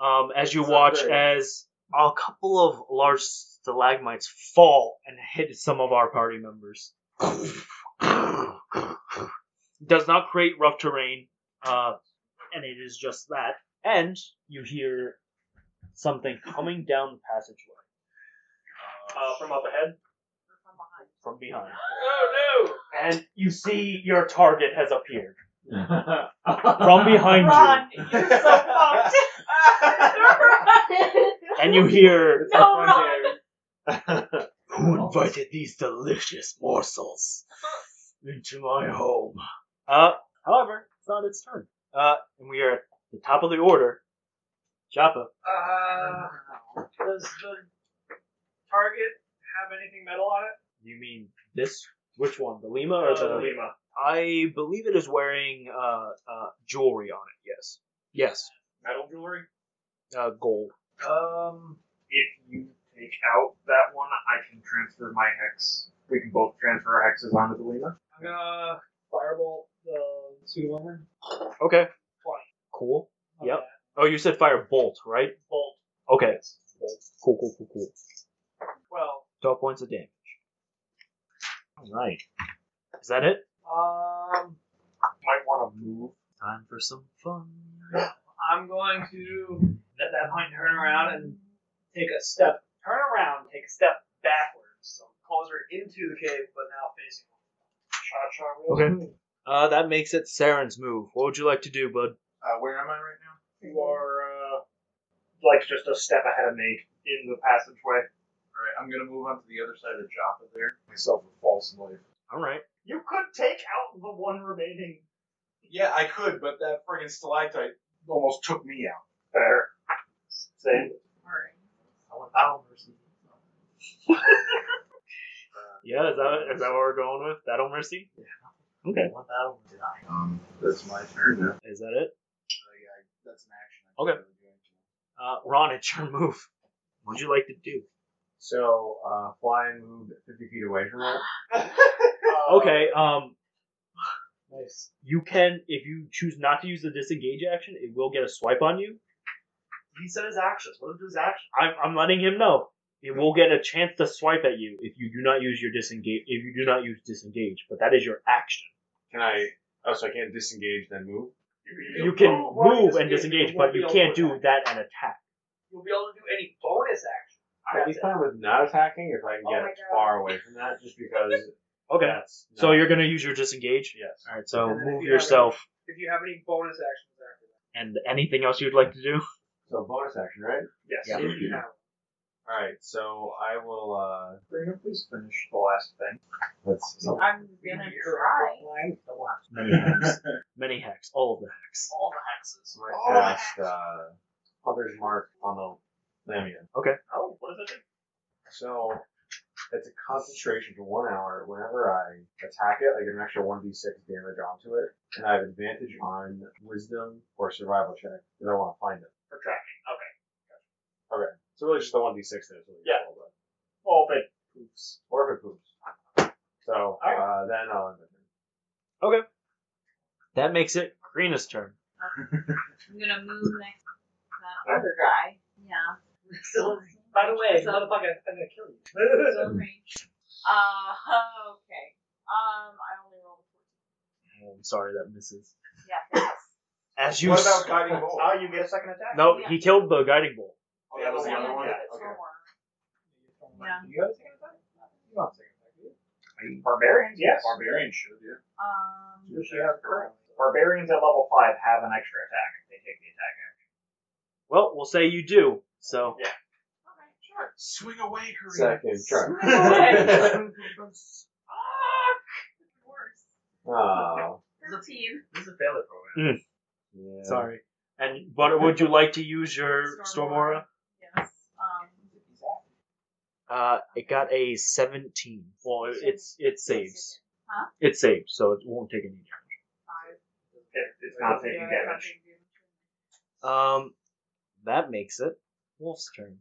A: um, as you watch as a couple of large stalagmites fall and hit some of our party members. Does not create rough terrain, uh, and it is just that. And you hear something coming down the passageway
D: Uh, from up ahead?
A: from
C: From behind.
A: behind,
C: Oh no!
A: and you see your target has appeared
B: From
A: from behind you,
C: Ron, you're so fucked.
A: and you hear
C: no, Ron.
A: Who invited these delicious morsels into my home? Uh, however, it's not its turn. Uh, and we are at the top of the order. Joppa.
D: Uh, does the target have anything metal on it?
A: You mean this? Which one? The Lima or the?
D: Uh, Lima.
A: I believe it is wearing uh, uh, jewelry on it. Yes. Yes.
D: Metal jewelry?
A: Uh, gold.
D: Um, if you take out that one, I can transfer my hex. We can both transfer our hexes onto the Lima.
E: I'm gonna firebolt the suit of armor.
A: Okay.
E: Twenty.
A: Cool.
E: on
A: Yep.
E: that
A: Oh, you said fire bolt, right?
E: Bolt.
A: Okay. Cool. Cool. Cool. Cool.
E: Well,
A: Twelve points of damage. All right. Is that it?
E: um,
D: Might want to move.
A: Time for some fun.
E: I'm going to at that point turn around and take a step. Turn around, take a step backwards. So closer into the cave, but now facing. Cha-cha roll.
A: Okay. Uh, that makes it Saren's move. What would you like to do, bud?
G: Uh, where am I right now?
D: You are, uh, like just a step ahead of me in the passageway.
G: Alright, I'm gonna move on to the other side of Joppa there. Myself a false life.
A: All right.
D: You could take out the one remaining.
G: Yeah, I could, but that friggin' stalactite almost took me out.
D: Fair. Same.
H: I want battle mercy.
A: Yeah, is that is that what we're going with? Battle Mercy.
H: I want battle mercy.
G: Um, that's my turn now.
A: Is that it?
G: Uh, yeah, that's an action.
A: Okay. Uh, Ron, it's your move. What would you like to do?
B: So, uh, flying moved 50 feet away from it.
A: Okay. Um,
E: Nice.
A: you can if you choose not to use the disengage action, it will get a swipe on you.
E: He said his actions. What did his actions?
A: I'm I'm letting him know. It will get a chance to swipe at you if you do not use your disengage. If you do not use disengage, but that is your action.
B: Can I? Oh, so I can't disengage then move?
A: You can move and disengage, but you can't do that and attack.
E: You'll be able to do any bonus action.
B: I'd be fine with not attacking if I can
F: Oh
B: get
F: my God.
B: far away from that, just because.
A: Okay.
B: That's
A: So
B: not-
A: you're gonna use your disengage.
B: Yes.
A: All right. So
E: And then if
A: move
E: you have
A: yourself
E: If you have any bonus actions after that.
A: and anything else you'd like to do.
B: So bonus action, right?
E: Yes.
A: Yeah.
E: If you have.
B: All right. So I will. uh
D: Brandon, please finish the last thing.
B: Let's see.
C: I'm gonna try.
A: Many hacks. Many hacks. All of the hacks.
E: All the hexes.
B: So I
C: Oh,
B: cast uh, Hunter's Mark on the Lamian.
E: Oh, what does that do?
B: So it's a concentration for one hour. Whenever I attack it, I get an extra 1d6 damage onto it, and I have advantage on wisdom or survival check if I want to find it.
E: For tracking. Okay.
B: So really just the 1d6 that is really
E: Yeah.
B: cool, but-
E: All things.
B: Or if it poops. So uh, then I'll end it.
A: That makes it Green's turn.
C: I'm gonna move next to that other guy. Yeah.
E: Still, by the way, motherfucker, I'm gonna kill you.
C: So range. Uh, okay. Um, I only rolled
A: Oh, I'm sorry that misses.
C: a 14. Yeah.
A: As you.
G: What
A: s-
G: about guiding bolt?
D: Now oh, you get a second attack.
A: no, he killed the guiding bolt.
G: Oh, that was the other one.
C: Yeah.
G: Okay.
C: Yeah.
D: Do you have a second attack? You don't have a second attack, do you? Barbarians, yes.
G: Barbarian should, yeah.
C: Um,
D: Does she have current? Barbarians at level 5 have an extra attack. They take the attack action.
A: Well, we'll say you do. So
C: okay, sure.
G: Swing away, Korea.
B: Second
C: Swing
B: try.
C: Ah, worse.
B: oh,
C: 13.
E: This is a failure program.
B: yeah.
A: sorry. And but would you like to use your
C: Storm
A: storm aura?
C: Yes. Um,
A: Uh, it got a 17. Well, it- it's it saves.
C: Huh?
A: It saves, so it won't take any damage.
C: five.
D: It- It's not taking
C: Yeah,
D: damage.
C: something damage.
A: Um, that makes it Wolf's turn.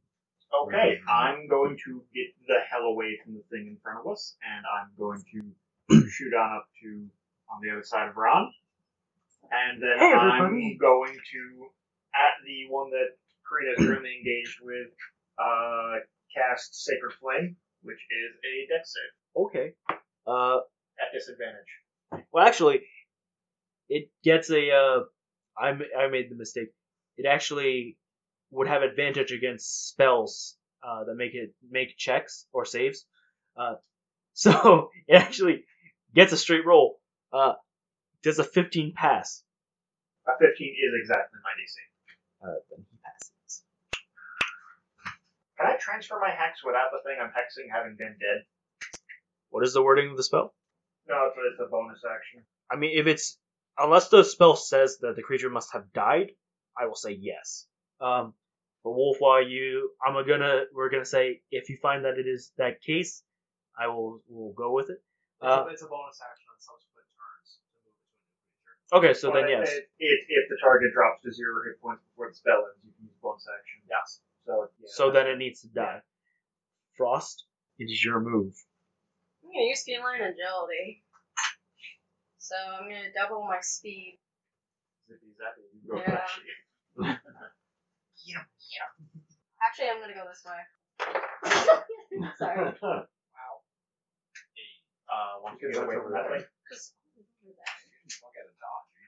D: Okay, I'm going to get the hell away from the thing in front of us, and I'm going to shoot on up to on the other side of Ron. And then
A: Hey, everybody.
D: I'm going to, at the one that Karina is currently engaged with, uh, cast Sacred Flame, which is a dex save
A: Okay. Uh,
D: at disadvantage.
A: well, actually, it gets a. Uh, I m- I made the mistake. It actually would have advantage against spells uh, that make it make checks or saves. Uh, so it actually gets a straight roll. Uh, does a 15 pass?
D: A 15 is exactly my DC.
A: Uh, then he passes.
D: Can I transfer my hex without the thing I'm hexing having been dead?
A: What is the wording of the spell?
D: No, it's a, it's a bonus action.
A: I mean, if it's unless the spell says that the creature must have died, I will say yes. Um, but Wolf, while you, I'm gonna we're gonna say if you find that it is that case, I will will go with it. Uh,
E: it's, a, it's a bonus action on subsequent turns to move between the creature.
A: okay, so
D: But
A: then yes.
D: If, if, if the target drops to zero hit points before the spell ends, you can use bonus action. Yes. So, yeah.
A: So then it needs to die. Frost, it is your move.
F: I'm gonna use feline agility. So I'm gonna double my speed.
D: Zippy zappy, you go
F: Yeah.
D: fast.
F: Actually, I'm gonna go this way. Sorry.
D: Uh, once you
B: Because
D: get away
B: that's
D: from
B: over
D: that
B: there.
D: thing.
F: Just do that.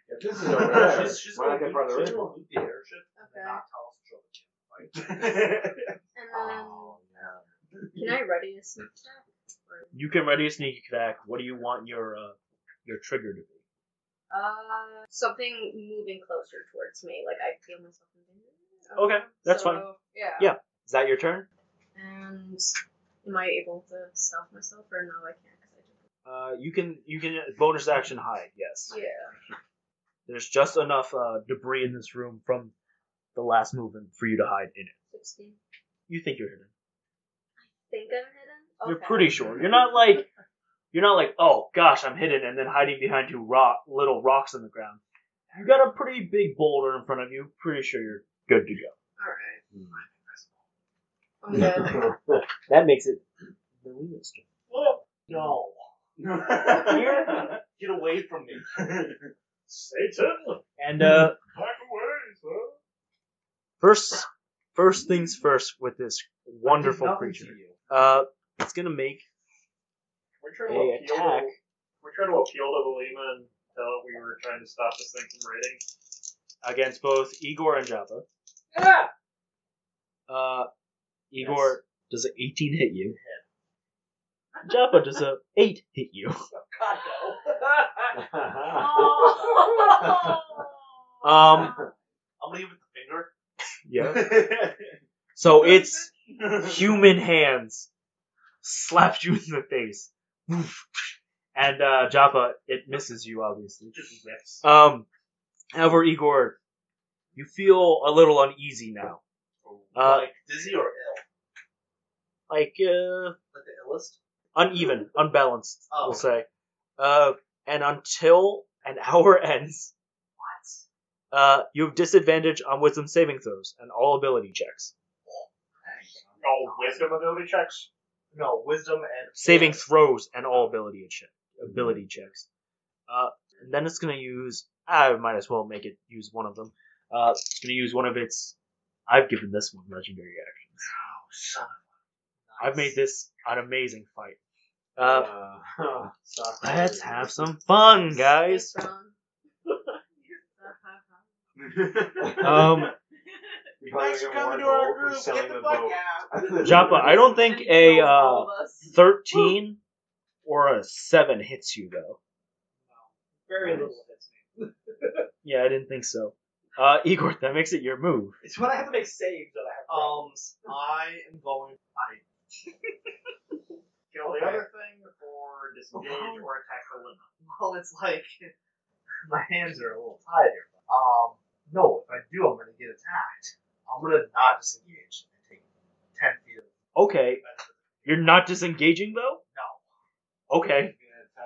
B: If this is over there,
E: She's- she's
B: why not
E: gonna
B: get farther
E: loot- she's
B: in?
E: gonna loot the airship and
F: Okay.
E: not tell us to drill the
F: And then,
B: Oh, yeah.
F: can I ready a sneak attack? Or-
A: You can ready a sneak attack. What do you want your uh, your trigger to be?
F: Uh, something moving closer towards me. Like I feel myself moving.
A: Okay, that's fine.
F: Yeah.
A: Yeah. Is that your turn?
F: And am I able to stealth myself or no? I can't. 'cause I
A: Uh, you can you can bonus action hide. Yes.
F: took- yeah.
A: There's just enough uh, debris in this room from the last movement for you to hide in it.
F: Sixteen.
A: You think you're hidden.
F: Think I'm hidden. Okay.
A: You're pretty sure. You're not like you're not like, oh gosh, I'm hidden, and then hiding behind two rock little rocks on the ground. You got a pretty big boulder in front of you. Pretty sure you're good to go.
F: All right. I'm good.
A: That makes it. Oh,
E: No.
D: Get away from me. Satan!
A: And uh,
D: Back away, sir!
A: first, first things first with this wonderful creature. Uh, it's gonna make
D: We're trying to
A: a
D: appeal.
A: attack.
D: We're trying to appeal to the Lima and tell it we were trying to stop this thing from raiding.
A: against both Igor and Java.
E: Yeah.
C: Ah,
A: Uh, Igor, does an 18 hit you? Java, does a 8 hit you?
E: God no.
F: Oh.
A: Um,
E: I'll leave with the finger.
A: yeah. So it's
B: Um,
A: human hands slapped you in the face. Woof. And uh, Japa, it misses you obviously.
E: Just rips.
D: Uh,
A: Um, however, Igor, you feel a little uneasy now. Uh,
E: like dizzy or ill?
A: like uh,
E: Like the illest?
A: uneven, unbalanced,
E: Oh.
A: we'll say. Uh, and until an hour ends, what? Uh, you have disadvantage on wisdom saving throws and all ability checks.
D: All oh, wisdom ability checks.
H: No, wisdom and
A: Saving throws and all ability check ability checks. Uh, and then it's gonna use. I might as well make it use one of them. Uh, it's gonna use one of its. I've given this one legendary actions. I've made this an amazing fight. Uh, let's have some fun, guys. Um,
G: Thanks for coming to our group. Get the fuck out.
A: Joppa, I don't think a uh, 13 or a 7 hits you, though.
E: Very little hits me.
A: Yeah, I didn't think so. Uh, Igor, that makes it your move.
E: It's when I have to make saves that I have problems.
H: um, I am going. I
D: Kill the other thing, or disengage, or attack the limit.
H: Oh, well, it's like Oh. my hands are a little tied here. but, Um, no, if I do, I'm gonna get attacked. I'm gonna not disengage and take ten feet. Of
A: Okay. You're not disengaging, though?
H: no,
A: Okay.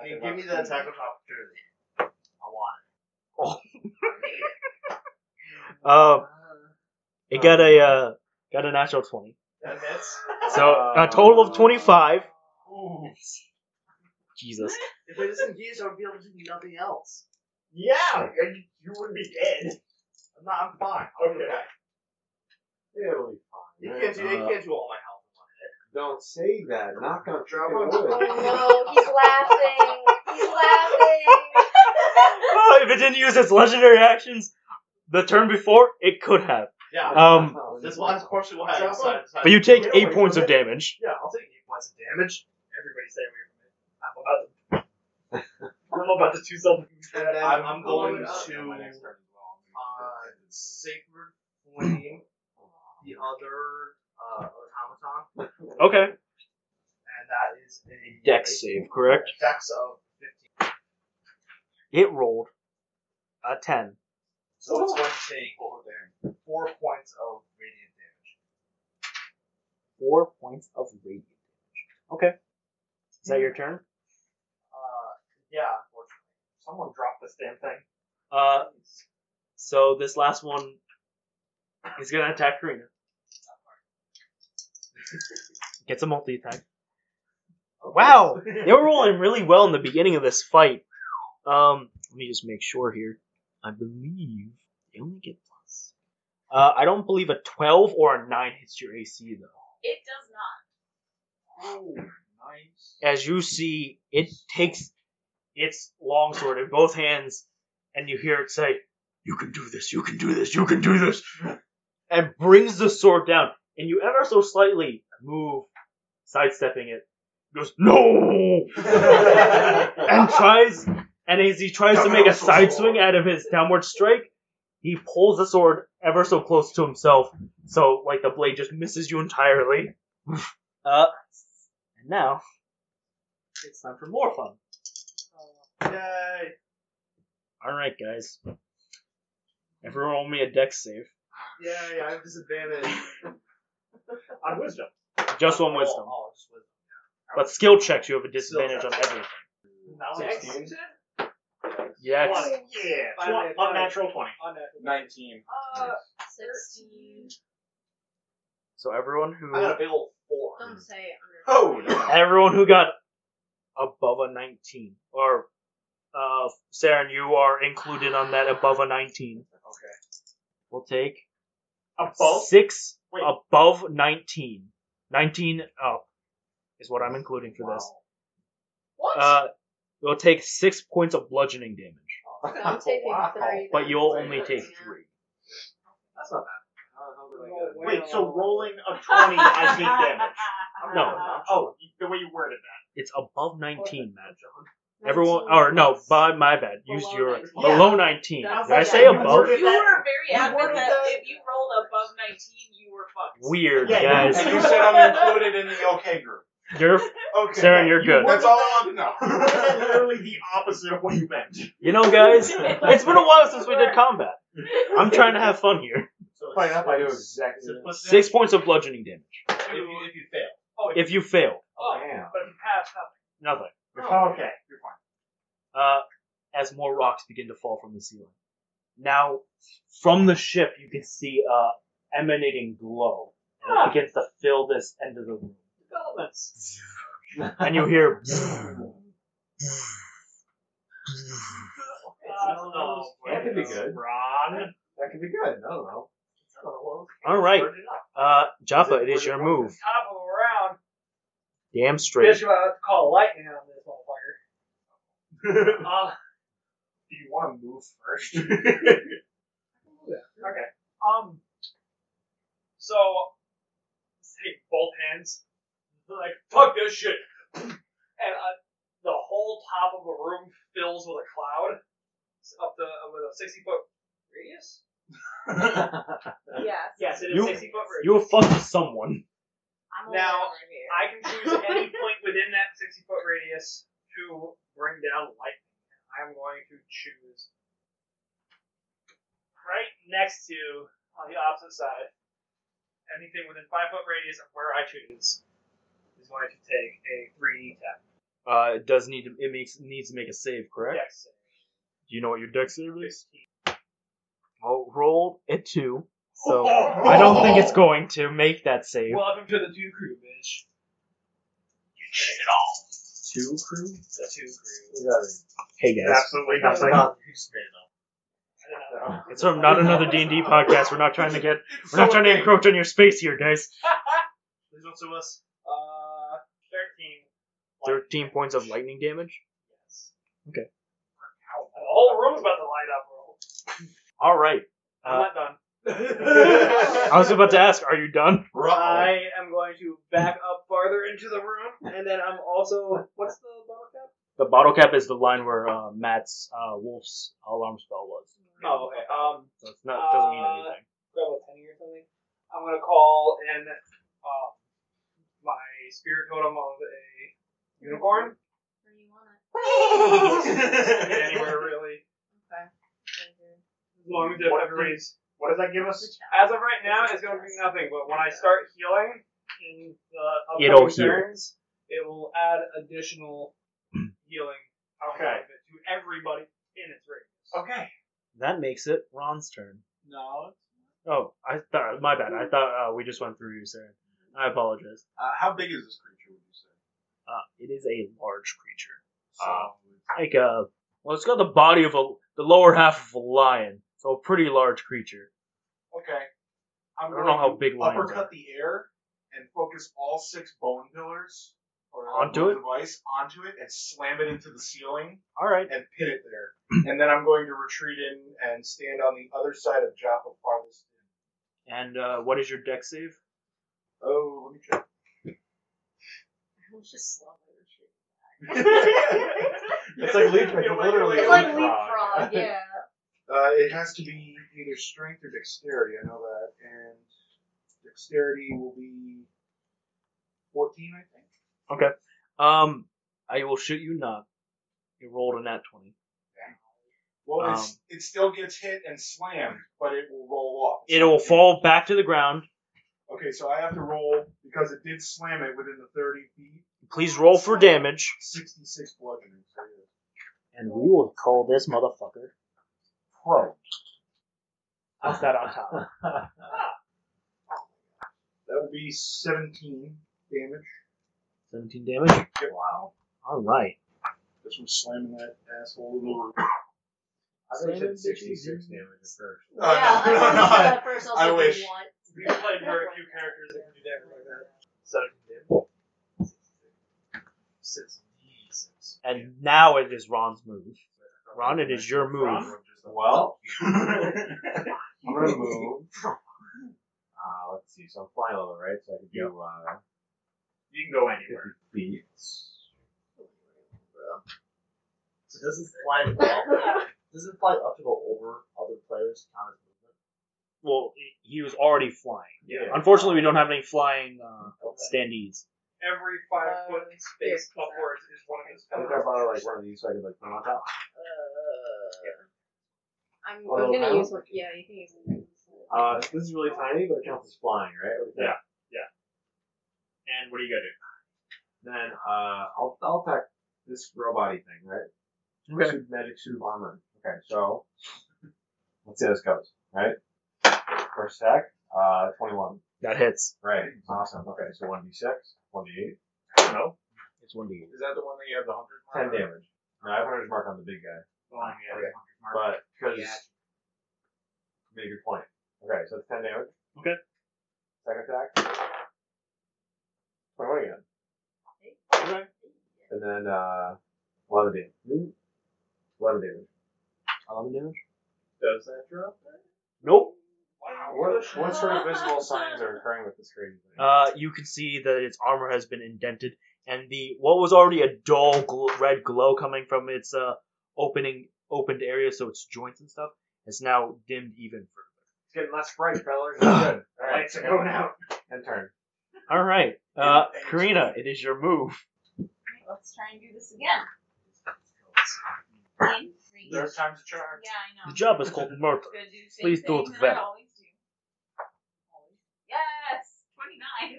H: Hey, give me that attack of opportunity. I want
A: Uh, it got a uh, got a natural 20.
H: it. That's
A: So,
B: Uh,
A: a total of 25. Jesus.
H: if I disengage, I would be able to do nothing else.
D: Yeah, and you- you would be dead.
H: I'm not. I'm fine.
D: Okay.
B: It'll be
H: You
B: fine.
H: can't do. You
A: Uh,
H: can't do all my health.
B: Don't say that. Knock on drop on
F: Oh no, he's laughing. He's laughing.
A: Oh, if it didn't use its legendary actions the turn before, it could have.
H: Yeah.
A: Um,
H: That's why. That's partially why I
D: Drop
H: decided.
A: but you take 8 points of damage.
H: Yeah, I'll take eight points of damage.
E: Everybody stay away from me. I'm about to. I'm about to do something.
H: And then
G: I'm
H: I'm, going
G: blowing up.
H: to
G: My next turn
H: uh, sacred flame the other uh, automaton,
A: Okay.
H: and that is a
A: Dex save, correct?
H: a dex of fifteen.
A: It rolled a 10.
H: So it's going to take over there four points of radiant damage.
A: Four points of radiant damage. Okay. Is that your turn?
H: Uh, yeah, unfortunately.
D: Someone dropped this damn thing.
A: Uh, so this last one is going to attack Karina. Gets a multi attack. Wow! They were rolling really well in the beginning of this fight. Um, let me just make sure here. I believe they only get plus. Uh, I don't believe a 12 or a 9 hits your AC, though.
C: It does not.
A: as you see, it takes its longsword in both hands, and you hear it say, "You can do this. You can do this. You can do this," and brings the sword down. And you ever so slightly move, sidestepping it. Goes no, and tries, and as he tries to make a side swing out of his downward strike, he pulls the sword ever so close to himself, so like the blade just misses you entirely. Uh, and now it's time for more fun.
H: Oh, Yay!
A: All right, guys. Everyone, roll me a dex save.
H: Yay! I have disadvantage.
D: On wisdom.
A: Just one wisdom,
H: Oh, oh, just wisdom.
A: but skill checks you have a disadvantage on everything.
D: Now it's
E: Sixteen?
A: Yes.
D: Twenty. Yeah.
E: Finally, finally.
D: twen- Unnatural twenty.
H: Oh,
G: Nineteen.
C: Uh,
F: Sixteen.
A: So everyone
H: I got
A: who
H: a big old four.
F: Don't say it.
G: Oh,
A: everyone who got above a nineteen, or uh, Saren, you are included on that above a nineteen.
H: Okay.
A: We'll take
D: Above.
A: six
D: Wait.
A: above nineteen. Nineteen up is what I'm including for this.
F: What?
A: Uh, you'll take six points of bludgeoning damage,
F: I'm taking
G: Wow.
F: three.
A: but
F: then.
A: you'll only take three.
E: That's not bad. How the hell did I get it?
B: Wait, so rolling a 20, I take damage.
A: No.
B: Oh, the way you worded that.
A: It's above 19, Matt.
E: John.
A: Everyone, or no, by my bad. Used
F: Below
A: your
F: 19.
A: below 19. Did
F: That's
A: I
F: like
A: say
F: that.
A: above?
C: You were very
B: You
C: adamant
B: worded
C: that
B: that-
C: if you rolled above 19, you were fucked.
A: Weird,
B: Yeah,
A: guys.
B: And you said I'm included in the okay group.
A: You're,
B: Okay.
A: Saren, you're good.
G: That's
B: That's all.
G: all I want to know.
B: Literally the opposite of what you meant.
A: you know, guys. It's been a while since we did combat. I'm trying to have fun here.
B: Fine, I do exactly.
G: Is it plus
A: Six points of bludgeoning damage.
E: If you, if you fail. Oh, if,
A: If you fail,
E: oh,
B: Damn.
E: but if you pass, nothing.
A: nothing.
B: Okay, you're fine.
A: uh, as more rocks begin to fall from the ceiling. Now, from the ship, you can see uh, emanating glow, and it begins to fill this end of the room.
E: Developments.
A: And you hear,
E: Uh, no,
B: That could be good.
E: Ron.
B: That could be good. I don't know.
A: all right,
E: Turn it up.
A: uh, Joppa, it is your move.
E: Top of the round.
A: Damn
E: Bitch,
A: straight.
E: you have to call lightning on this motherfucker. uh,
G: Do you want to move first?
E: okay. Um. So, take both hands. Like fuck this shit, and uh, the whole top of a room fills with a cloud. It's up the with a sixty foot radius.
F: Yes.
E: Yes, it is
A: You-
E: sixty foot radius.
A: You were fucked with someone.
F: I'm
E: Now,
F: over here.
E: I can choose any point within that 60 foot radius to bring down lightning. I'm going to choose right next to, on the opposite side, anything within 5 foot radius of where I choose is going to take a 3 tap.
A: Uh, it does need to, it makes needs to make a save, correct?
E: Dex save.
A: Do you know what your deck save is? Well, roll a two, so
G: I
A: I don't think it's going to make that save.
E: Welcome to the 2 crew, bitch.
B: Two crew?
E: The 2 crew.
A: Hey guys,
G: Absolutely
H: That's
G: nothing.
H: not
E: I don't know.
A: it's from not another D and D podcast. We're not trying to get We're not trying to encroach on your space here, guys.
E: Please don't sue us. Uh, 13.
A: Thirteen points of lightning damage.
E: Yes.
A: Okay.
E: Ow, The whole room's about to light up, bro.
A: All right.
E: I'm
A: Uh,
E: not done.
A: I was about to ask, are you done?
E: I am going to back up farther into the room, and then I'm also. What's the bottle cap?
A: The bottle cap is the line where uh, Matt's uh, wolf's alarm spell was.
E: Oh, okay. Um,
A: So it's not, it doesn't mean
E: Uh,
A: anything.
E: grab a penny or something. I'm gonna call in
B: um,
E: uh, my spirit totem of a unicorn.
F: Where do you want it?
E: Anywhere really,
F: Okay.
E: as long as everybody's.
G: What does that give us?
E: As of right now, it's going to be nothing. But when I start healing in the upcoming
A: It'll heal.
E: turns, it will add additional healing outside of it to everybody in its radius.
G: Okay.
A: That makes it Ron's turn.
E: No.
A: Oh, I thought my bad. I thought uh, we just went through you, sir. I apologize.
G: Uh, how big is this creature? Would you say?
A: Uh, it is a large creature,
G: So,
A: like a well, it's got the body of a the lower half of a lion, so a pretty large creature.
G: okay. I'm
A: I don't
G: going
A: know how
G: to
A: big lions
G: Uppercut
A: are.
G: the air and focus all six bone pillars or
A: Onto
G: bone
A: it?
G: device onto it and slam it into the ceiling
A: All right.
G: and pin it there. and then I'm going to retreat in and stand on the other side of Joppa farthest.
A: And uh, what is your deck save?
G: Oh, let me check.
F: I was just slow.
B: It's like leap. It's literally
F: It's like leapfrog, yeah.
G: Uh, it has to be either strength or dexterity. I know that, and dexterity will be fourteen, I think.
A: Um, I will shoot you not. You rolled a nat twenty.
G: Well,
A: Um,
G: it's, it still gets hit and slammed, but it will roll off.
A: It will fall back to the ground.
G: Okay, so I have to roll because it did slam it within the thirty feet.
A: Please roll for damage.
G: Sixty-six bludgeoning. So yeah.
A: And we will call this motherfucker pro. How's that on top?
G: That would be seventeen damage.
A: Seventeen damage.
G: Wow.
A: All right.
G: This one's slamming that asshole over.
B: I think said 66 damage at first.
F: yeah, I
G: Uh, no, no, no.
F: always thought at first I was
G: I
F: like,
G: wish.
F: what?
E: We played very few characters that can do damage like that. So
H: six. six.
A: And now it is Ron's move. Ron, it is your move.
B: Well, I'm gonna move. Uh, let's see. So I'm flying a little, right? So I can do uh,
E: You can go anywhere.
B: 50 feet.
H: So doesn't flying up, doesn't flying up to go over other players count as movement?
A: Well, he- he was already flying.
E: Yeah.
A: Unfortunately, we don't have any flying uh, standees.
E: Every five
F: Uh,
E: foot space
F: yeah.
E: upwards is one of his.
B: I think I borrow like one of these so I can like put them on top.
F: Uh, I'm,
B: Well,
F: I'm gonna
B: I
F: use one. Yeah, you can use one.
B: Uh, this is really tiny, but it counts as flying, right? Okay.
E: Yeah. And what are you gonna do?
B: Then uh, I'll I'll attack this robot thing, right?
A: Okay.
B: Suit, magic suit of armor. Okay, so let's see how this goes. Right. First attack. Uh, twenty-one.
A: That hits.
B: Right. Awesome. Okay, so one d six, one d eight,
E: No.
A: It's one d
G: Is that the one that you have the hundred?
B: ten damage. No, I have hundred mark on the big guy,
E: Okay.
B: but because
E: Yeah.
B: made a good point. Okay, so it's ten damage.
A: Okay.
B: Second attack. Twenty-one again,
A: Okay.
B: and then uh, eleven damage. Hmm? Eleven damage. Eleven damage.
G: Does that drop?
A: Nope.
B: Wow, what, what sort of visible signs are occurring with this crazy thing?
A: Uh, you can see that its armor has been indented, and the what was already a dull gl- red glow coming from its uh opening opened area, so its joints and stuff, has now dimmed even further.
B: it's getting less bright, fellas. It's good. All right,
E: Lights are going out.
B: and turn.
A: All right, uh, Karina, it is your move.
C: Alright, let's try and do this again. In three. Yeah,
E: Third time's a charm.
C: I know.
A: The job is called murder.
C: Gonna do the same
A: Please do
C: thing
A: it well.
C: that I always do. Always. Yes, twenty nine.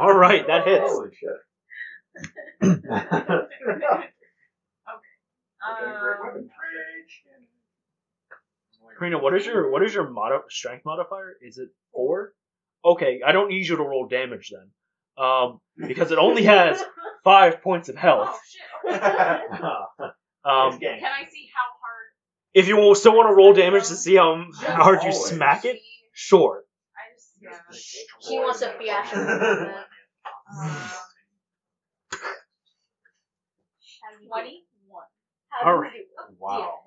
A: All right, that hits.
B: Holy shit.
F: Uh,
C: okay. Um,
A: Karina, what is your what is your modi- strength modifier? Is it four? Okay, I don't need you to roll damage then, um, because it only has five points of
C: oh
A: health.
C: shit. Okay.
A: Um,
E: Gang.
C: Can I see how hard?
A: if you will- still want to roll damage to see how hard you
B: Always.
A: smack it,
C: She-
A: sure.
C: I just yeah.
F: She wants a fiasco.
C: Um, Twenty one.
A: All
B: wow.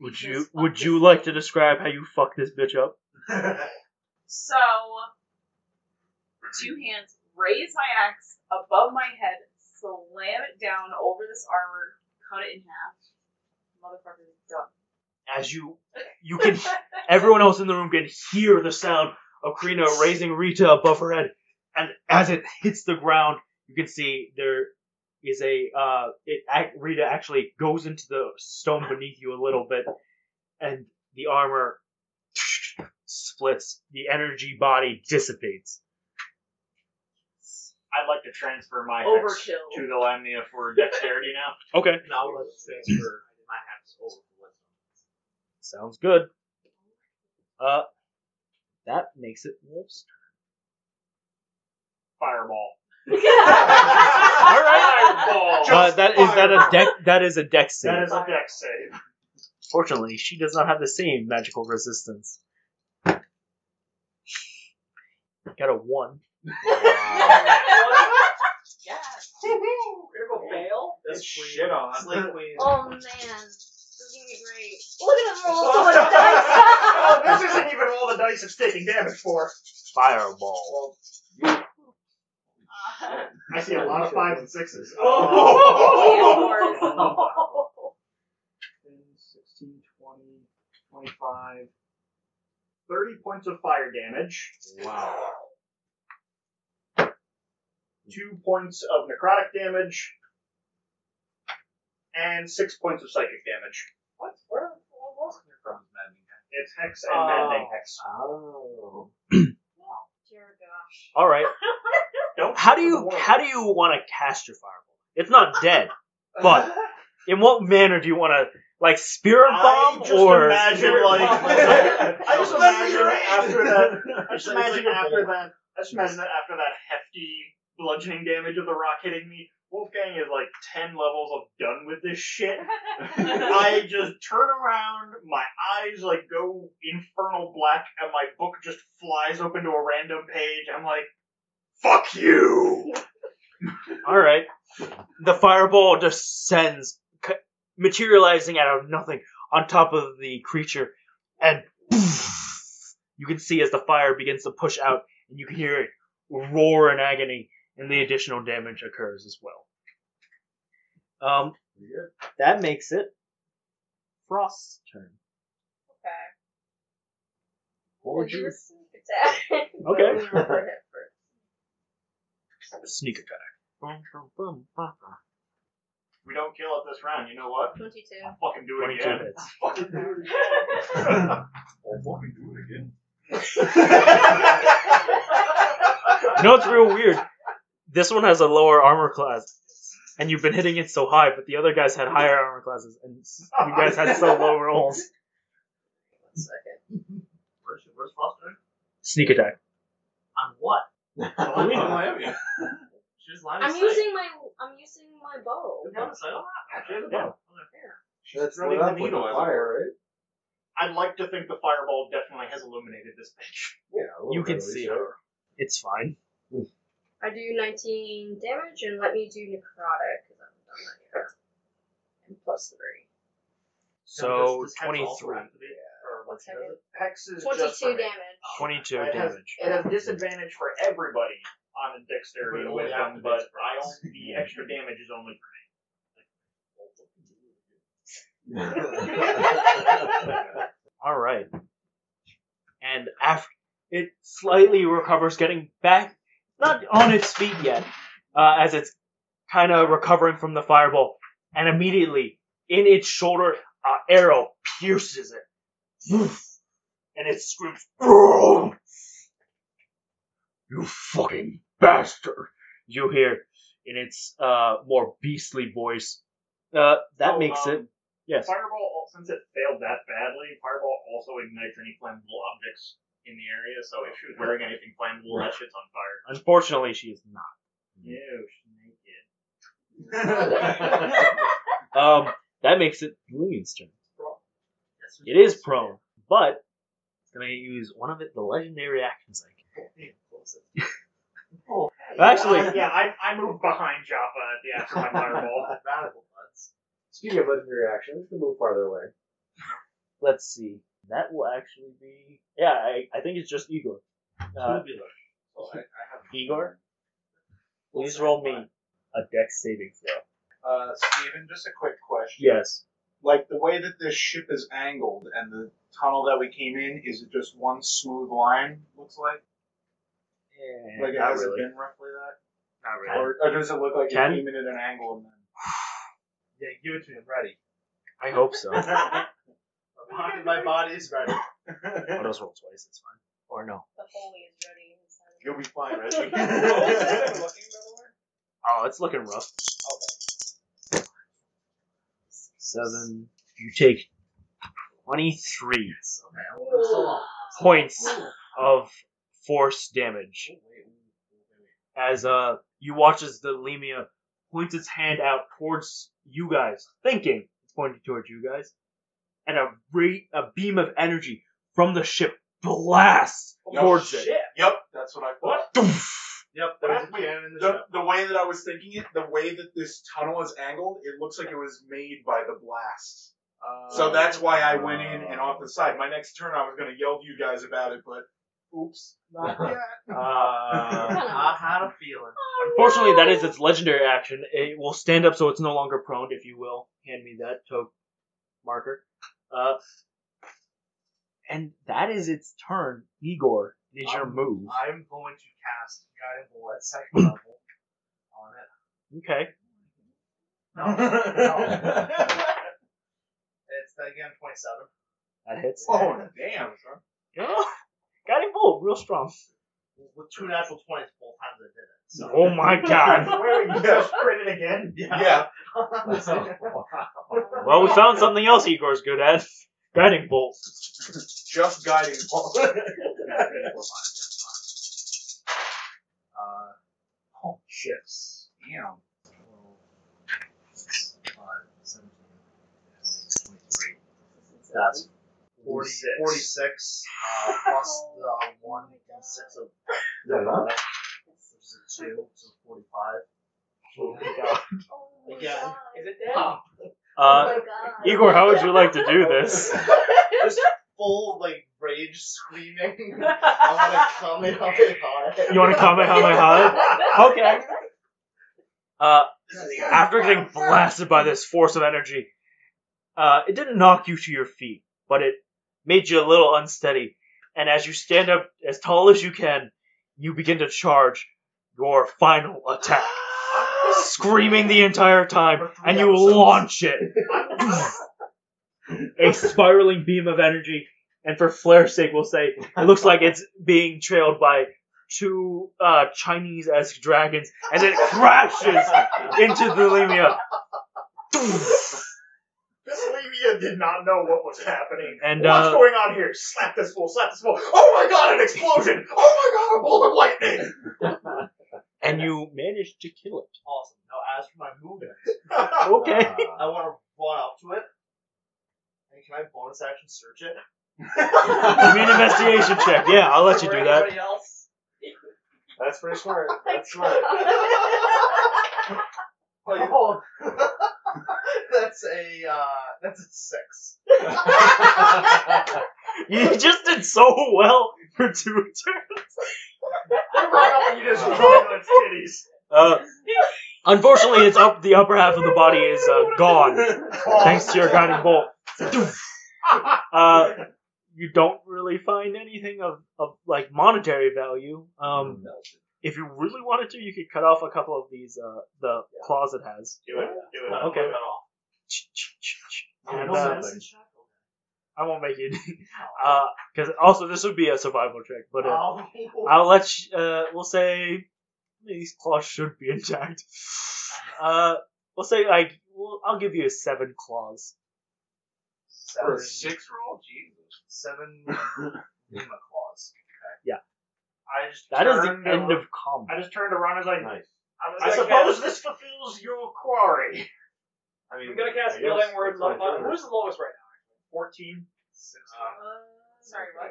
A: Would
F: Just
A: you
F: fuck
A: would
F: this
A: you like to describe how you fuck this bitch up?
C: So, two hands raise my axe above my head, slam it down over this armor, cut it in half. Motherfucker is done.
A: As you you can everyone else in the room can hear the sound of Karina raising Rita above her head, and as it hits the ground, you can see there is a uh it ac- Rita actually goes into the stone beneath you a little bit, and the armor splits. The energy body dissipates.
E: I'd like to transfer my hex
C: Overkill.
E: to the Lamnia for dexterity now.
A: Okay,
H: Now let's transfer my hats over to wisdom.
A: sounds good. Uh, that makes it wolf's
E: Fireball.
C: Alright.
A: Uh, that is that a deck that is a deck save.
E: That is a dex save.
A: Fortunately, she does not have the same magical resistance. Got a one.
C: Yes.
E: Critical
C: Fail.
E: That's
B: shit on.
E: Slay queen.
F: Oh man, this is gonna be great. Look at him roll so much dice.
E: Oh, this isn't even all the dice it's taking damage for.
A: Fireball.
C: Uh,
E: I see a lot of fives and sixes.
C: Oh.
D: Ten, 16, 20, 25, 30 points of fire damage,
B: Wow.
D: 2 points of necrotic damage, and 6 points of psychic damage.
H: What? Where? What was your from, man?
D: It's hex and mending hex.
B: Oh.
F: Dear gosh.
A: All right.
E: Don't
A: How do you how do you want to cast your fireball? It's not dead, but in what manner do you want to like spirit
E: I
A: bomb
E: just
A: or?
E: imagine like I just imagine after that. I just imagine after that. I just imagine that after that hefty bludgeoning damage of the rock hitting me, Wolfgang is like ten levels of done with this shit. I just turn around, my eyes like go infernal black, and my book just flies open to a random page. I'm like, "Fuck you!"
A: All right. The fireball descends, c- materializing out of nothing on top of the creature and You can see as the fire begins to push out, and you can hear it roar in agony, and the additional damage occurs as well. Um, that makes it Frost's turn.
F: Okay.
B: What would
F: We'll do
B: you?
F: a sneak attack. But
A: Okay.
F: we roll for hit first.
A: Sneak attack. Bum, bum, bum, bum, bum.
D: We don't kill it this round. You know what?
F: Twenty-two.
D: I'll fucking do it
A: 22
D: again.
A: hits.
D: Fucking do it again.
B: I'll fucking do it again.
A: You know what's real weird? This one has a lower armor class, and you've been hitting it so high, but the other guys had higher armor classes, and s- you guys had so low rolls.
F: One second.
H: Where's, where's Foster?
A: Sneak attack.
H: On what?
A: Oh, yeah.
H: Miami. She's line of
F: I'm
H: sight.
F: using my I'm using my bow.
H: Is line of sight on that? Actually, the
A: Yeah.
B: That's
H: running
B: running
H: the
B: up with
H: needle
B: the
H: as it
B: fire, right?
D: I'd like to think the fireball definitely has illuminated this bitch.
B: Yeah. a little
A: You can
B: bit at
A: see
B: least,
A: her. It's fine.
F: I do 19 damage and let me do necrotic because I haven't done that yet. And plus three.
A: So
H: Does- does Hex also
A: 23.
H: activate it? Or what she does
F: Second.
H: it?
D: Hex is just for me.
F: 22 damage.
A: 22
D: It has-
A: damage.
D: It has disadvantage for everybody on a
H: But it
D: dexterity and
H: only
D: wisdom,
H: activates
D: but
H: for
D: I
H: us.
D: only, the extra damage is only for
B: yeah.
A: All right. And after it slightly recovers, getting back, not on its feet yet, uh, as it's kind of recovering from the fireball. And immediately, in its shoulder, an arrow pierces it. And it screams, "Grrr! You fucking bastard! You hear in its uh, more beastly voice. Uh, that
D: Oh,
A: makes
D: um,
A: it. Yes.
D: Fireball, since it failed that badly, Fireball also ignites any flammable objects in the area, so if she was wearing anything flammable, that shit's on fire.
A: Unfortunately, she is not.
D: Ew, she's naked.
A: Um, that makes it Lillian's turn.
H: Yes,
A: It is prone, but it's gonna use one of it, the legendary actions. I can. Actually,
D: Uh, yeah, I, I moved behind Joppa at the end of my Fireball.
H: Radical nuts.
B: Speaking of legendary action, we can move farther away.
A: let's see. That will actually be. Yeah, I, I think it's just Igor. Uh,
H: Tubular. Well, I, I have
A: Igor, please roll me a dex saving throw.
G: Uh, Steven, just a quick question.
A: Yes.
G: Like the way that this ship is angled and the tunnel that we came in, is it just one smooth line? Looks like. like it
A: not
G: hasn't
A: really.
G: been roughly that,
A: Not really.
G: or, or does it look like
A: Ten?
G: it came in at an angle and then?
H: Yeah, give it to me. I'm ready.
A: I hope so. I'll
H: My body- My body is ready.
A: just roll twice. It's fine. Or no.
F: The holy is ready. inside.
B: You'll be fine,
F: Reggie.
A: Oh, it's looking rough. Okay. Seven. You take twenty-three
H: Okay, I'm gonna hold on.
A: points of force damage. as uh you watch as the Lemia points its hand out towards you guys, thinking it's pointing towards you guys, and a ray, a beam of energy from the ship blasts towards it.
G: Yep, that's what I thought.
H: Yep, there's a
G: Wait,
H: cannon in the
G: The,
H: ship.
G: the way that I was thinking it, the way that this tunnel is angled, it looks like it was made by the blast. Uh,
D: Oh.
G: So that's why I went in and off the side. My next turn, I was going to yell to you guys about it, but oops, not yet.
A: Uh,
H: I had a feeling.
A: unfortunately, that is its legendary action. It will stand up so it's no longer prone, if you will. Hand me that token marker. Uh, and that is its turn. Igor, it is your
H: Um,
A: move.
H: I'm going to cast Guiding Bolt at second level on it.
A: Okay.
H: No, it's again 27.
A: That hits.
G: Oh, damn. son.
A: Yeah. Got him bold, real strong.
H: With two natural 20s both times I did it. So.
A: Oh my god.
D: Wait, you just crit it again?
G: Yeah.
A: Well, we found something else Igor's good at. Guiding bolt.
G: Just guiding ball.
H: Uh, oh, shifts. Damn. 5, 17, 20, 23. That's 40, 46 uh, plus the 1 and 6 of which is a 2, so 45.
F: Oh my
H: Again.
F: god.
E: it
A: Uh,
F: oh my god.
A: Igor, how would you like to do this?
H: Just full, like, rage screaming. I want to comment on it hard.
A: You want to comment on my holiday? Okay. Uh, after getting blasted by this force of energy, uh, it didn't knock you to your feet, but it made you a little unsteady. And as you stand up as tall as you can, you begin to charge your final attack, screaming the entire time, and you launch it. a spiraling beam of energy, and for flair's sake, we'll say it looks like it's being trailed by two uh, Chinese-esque dragons, and it crashes into the Lemia.
D: This Levia did not know what was happening.
A: And,
D: What's
A: uh,
D: going on here? Slap this fool, slap this fool. Oh my god, an explosion! Oh my god, a bolt of lightning!
A: And you managed to kill it.
H: Awesome. Now, as for my movement,
A: Okay.
B: Uh,
H: I want to run up to it. And can I bonus action search it?
A: Give me an investigation check. Yeah, I'll let you do that.
C: Everybody else.
B: that's pretty smart. That's smart.
H: Oh, that's a uh, that's a six.
A: You just did so well for two turns.
D: I run up and you just run on its titties.
A: Uh, unfortunately, it's up. The upper half of the body is uh, gone,
D: Oh,
A: thanks to your guiding bolt. Uh, you don't really find anything of, of like monetary value. Um, if you really wanted to, you could cut off a couple of these. Uh, the claws it has.
D: Do it, do it.
A: Okay.
B: I
A: And,
B: know
A: uh,
B: something.
A: I won't make you. Because also this would be a survival check, but uh,
H: Oh.
A: I'll let you, uh, we'll say these claws should be intact. Uh, we'll say like we'll, I'll give you a seven claws.
H: Seven,
G: For a six roll? Jesus.
H: seven Lima claws.
A: Yeah.
D: I just
A: That is
D: turned
A: the end
D: to-
A: of combat.
D: I just turned around and was like,
B: Nice.
D: I, was
E: I
D: like,
E: suppose
D: this fulfills your quarry.
B: I mean,
E: I'm gonna cast
B: I guess
E: healing word.
B: that's my
E: Love Bot-
B: turn.
E: Who's the lowest right now?
D: 14.
E: Uh,
C: Sorry, what?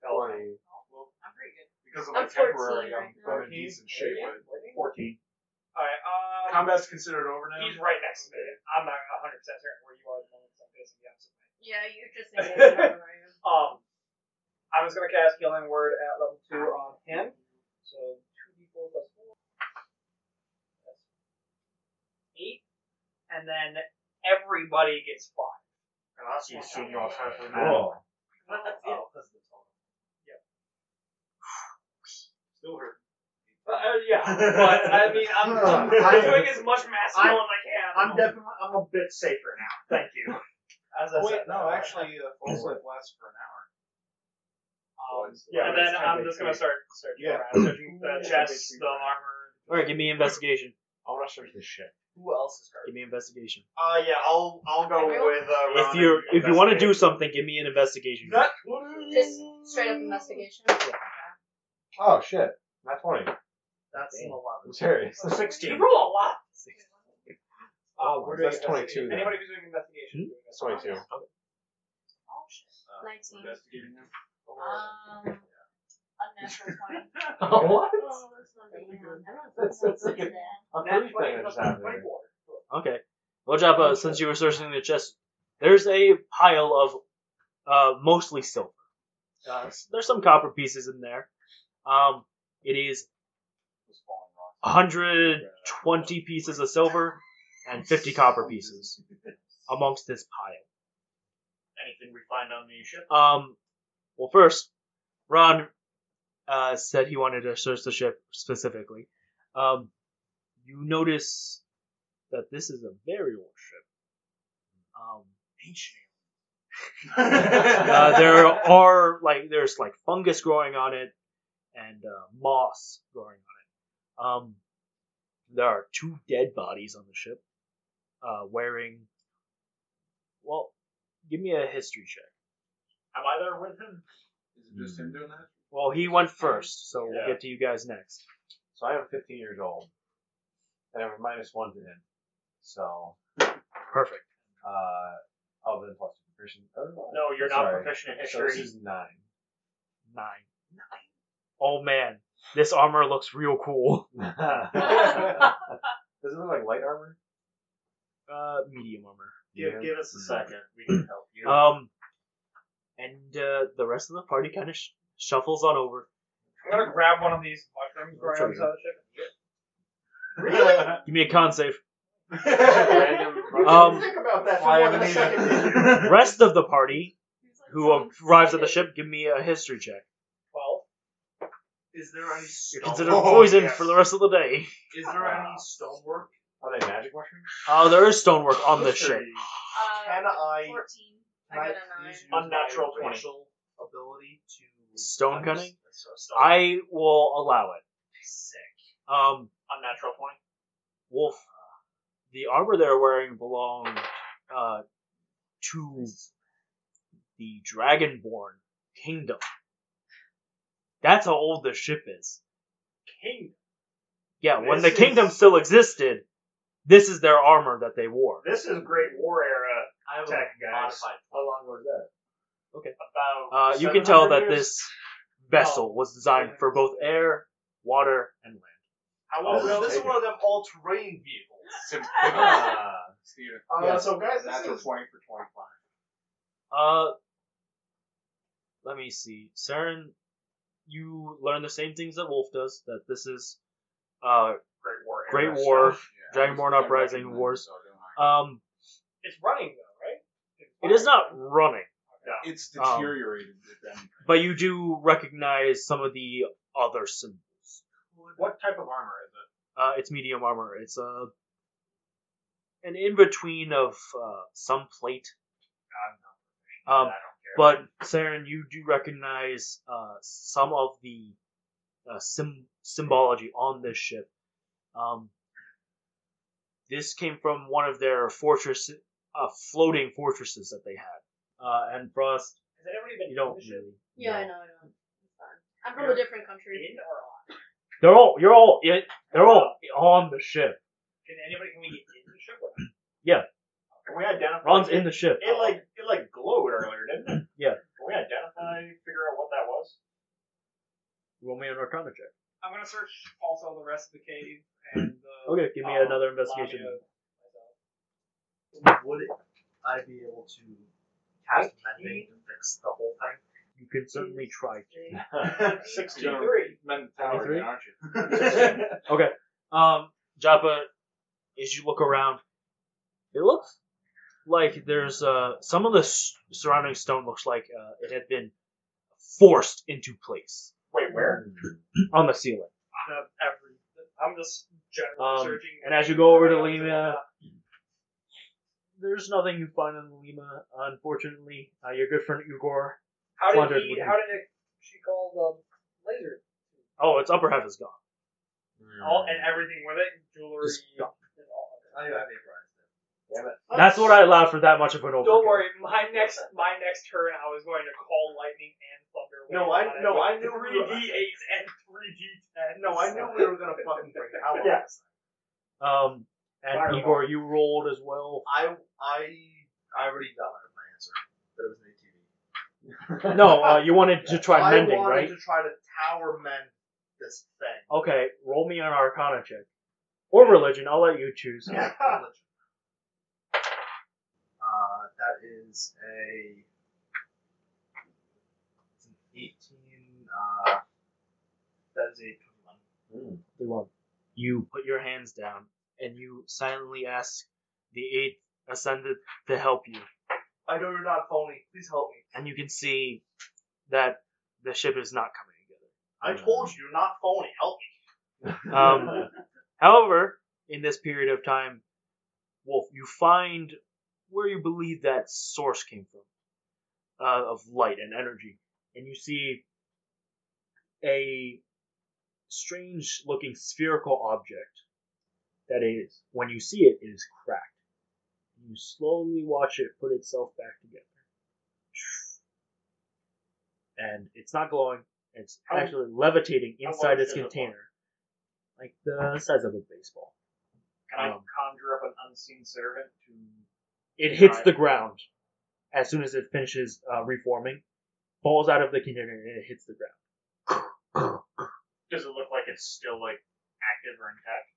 B: Twenty.
C: I'm pretty good.
G: Because of
F: I'm
G: my temporary,
F: 14
G: I'm,
D: um,
F: right
G: I'm in decent shape. but
D: 14.
E: all right. Um,
G: Combat's considered over now.
E: he's right next to me. I'm not 100 percent certain where you are at the moment. 'cause I'm facing the opposite way.
F: Yeah, you just need to know where I am.
E: Um, I was gonna cast healing word at level two on him. So two d four plus four. That's eight, and then everybody gets five.
D: And that's you soon you all time for the night.
B: Whoa.
H: Oh, that's the total.
E: Still hurt. Uh, uh, yeah, but I mean, I'm, I'm, I'm doing as much mass heal as I can.
D: I'm definitely, I'm a bit safer now. Thank you.
H: As
E: Oh,
H: I
G: Wait,
H: said,
G: no,
H: uh,
G: actually, the full slip lasts for an hour.
E: Um, and
D: Yeah, but
E: then
D: it's
E: I'm
D: kinda
E: just gonna start searching
G: Yeah.
E: around, searching the chest, the armor.
A: All right, give me investigation.
B: I want to search this shit.
H: who else is hurt?
A: Give me investigation.
H: Uh, yeah, I'll I'll go with uh,
A: If you are if you want to do something, give me an investigation.
H: that,
F: Just straight up investigation. Okay.
B: Oh shit! Not twenty.
H: that's an
B: I'm
H: eleven.
B: serious.
D: 16.
E: roll a lot.
B: Oh,
E: we're
B: that's
E: doing
B: 22 then.
E: Anybody who's doing investigation?
B: That's twenty-two.
C: Oh shit.
D: Uh,
F: Nineteen.
G: Investigating him.
C: Um, unnatural twenty.
B: what?
F: this one
B: That'd be good.
F: I don't
B: That's- that's like a- I'm
E: Nat 20
B: pretty thing that
E: plus
B: just happened.
E: 24.
A: Okay. Well, Jabba, since you were searching the chest, there's a pile of uh, mostly silver. Uh, s- there's some copper pieces in there. Um, it is 120 pieces of silver and 50 copper pieces amongst this pile.
D: Anything we find on the ship?
A: Um, well, first, Ron uh, said he wanted to search the ship specifically. Um, you notice that this is a very old ship. Um, uh, there are like there's like fungus growing on it and uh, moss growing on it. Um, there are two dead bodies on the ship, uh, wearing. Well, give me a history check.
D: Am I there with him?
G: Is it just him doing that?
A: Well, he went first, so
B: Yeah.
A: we'll get to you guys next.
B: So I am 15 years old, and I'm minus one to him. So
A: Perfect.
B: uh, oh, then plus two proficient. Oh,
D: No, you're not
B: Sorry.
D: proficient in
B: So this
D: history.
B: is nine.
A: Nine. Nine. Oh man, this armor looks real cool.
B: Doesn't it look like light armor?
A: Uh, medium armor.
D: Give, give us a second. We can help you.
A: Um, and uh, the rest of the party kind of sh- shuffles on over.
E: I'm gonna grab one of these mushroom grams out of the chicken.
A: Give me a con save.
B: Um, think about that
G: I
B: for more than a
G: haven't
B: second.
A: Rest of the party who uh, arrives at the ship, give me a history check.
E: Twelve. Is there any
A: You're
E: stone?
A: considered
G: Oh,
A: poisoned
G: yes.
A: for the rest of the day.
E: Is there any stonework?
B: Are they magic mushrooms?
A: Uh, there is stonework on this ship.
D: History.
C: Uh,
H: Can I?
C: 14.
H: Can
F: I
H: I
F: got a
H: please use
F: nine.
D: Unnatural
H: my
D: 20.
H: racial ability to
A: Stone cunning?
H: So stone
A: I will allow it.
H: sick.
A: Um,
E: Unnatural twenty.
A: Wolf, the armor they're wearing belonged uh, to the Dragonborn Kingdom. That's how old this ship is.
D: King.
A: Yeah, when the
D: This is-
A: kingdom still existed, this is their armor that they wore.
D: This is Great War era.
H: I have
D: Tech,
H: a
D: guys.
H: modified.
B: How long was that?
A: Uh,
D: About.
A: you can tell
D: 700
A: that
D: years?
A: this vessel was designed for both air, water, and land.
H: How
B: Oh,
H: was
B: really?
H: this? Is one of them all-terrain vehicles.
B: Ah,
G: Steven,
B: uh,
H: Yes.
B: So guys, this
G: natural
B: is
G: 20 for 25.
A: Uh, let me see. Saren, you learn the same things that Wolf does. That this is uh,
D: Great War era.
A: Great War.
G: Yeah, I
A: Dragonborn
G: was- I
A: Uprising
G: recognize
A: Wars.
G: it, so don't I?
A: Um,
E: It's running though, right?
A: it is not running,
G: It's
A: Um,
G: deteriorated. if anything.
A: but you do recognize some of the other symbols.
D: What type of armor is it?
A: Uh, it's medium armor. It's a an in between of uh, some plate.
D: I'm not.
A: Um,
D: I don't care.
A: But Saren, you do recognize uh, some of the uh, sym- symbology on this ship. Um, this came from one of their fortress, uh, floating fortresses that they had. Uh, and Frost,
E: Has anybody been
A: you don't
E: to the ship
A: really.
F: Yeah, I
A: know.
F: know, I know. It's fine. I'm from a different country.
E: in or on?
A: They're all, you're all, yeah, they're all on the ship.
E: Can anybody can we get in the ship or not?
D: Can we identify?
A: Ron's in the ship.
D: It like it like glowed earlier, didn't it?
A: Yeah.
D: Can we identify? Figure out what that was.
A: Roll me an Arcana check.
E: I'm gonna search also the rest of the cave and the
A: Okay, give me
H: Uh,
E: um,
A: another
E: lobby
A: investigation.
E: of-
H: Would I be able to cast mending to fix the whole thing?
A: You can certainly try to.
D: Sixty-three.
G: Men the tower,
A: 23?
G: again, aren't you?
A: Um, Joppa, as you look around, it looks like there's uh, some of the s- surrounding stone looks like uh, it had been forced into place
D: Wait, where?
A: on the ceiling.
E: the every. I'm just generally
A: Um,
E: searching.
A: and as you go over to Lima, there's nothing you find in Lima, unfortunately. Uh, your good friend Ugor.
E: how
A: plundered
E: did he?
A: with
E: How did it, she call the laser?
A: Oh, its upper half is gone.
E: All and everything with it, jewelry.
A: Just-
E: and all of it.
H: I have vaporized it.
A: That's what I allowed for that much of an overkill.
E: Uh, Don't worry. My next, my next turn, I was going to call lightning and thunder.
H: No, I- no, I knew we
E: three
H: were-
E: d eights and three d ten.
H: No, I knew we were gonna fucking break it. How long?
D: Yeah.
H: is
A: Um, and
H: Fireball.
A: Igor, you rolled as well.
H: that? I I I already got my answer. That it was an ATV.
A: No, uh, you wanted to try
H: I
A: mending,
H: wanted
A: right?
H: to try to tower mend this thing.
A: Okay, roll me an Arcana check. Or religion, I'll let you choose.
H: uh, that is a it's an eighteen. Uh, that is a twenty-one.
A: They won't. You put your hands down and you silently ask the eighth ascendant to help you.
H: I know you're not phony. Please help me.
A: And you can see that the ship is not coming together.
H: I told you, you're not phony. Help me.
A: Um, however, in this period of time, Wolf, you find where you believe that source came from uh, of light and energy. And you see a strange looking spherical object that is, when you see it, it is cracked. You slowly watch it put itself back together. And it's not glowing, it's
D: How-
A: actually levitating
D: how
A: inside
D: large
A: its
D: is it, Mark?
A: container like the size of a baseball.
D: Can I
A: Um,
D: conjure up an unseen servant to?
A: It hits the ground as soon as it finishes uh, reforming, falls out of the container, and it hits the ground.
D: Does it look like it's still like active or intact?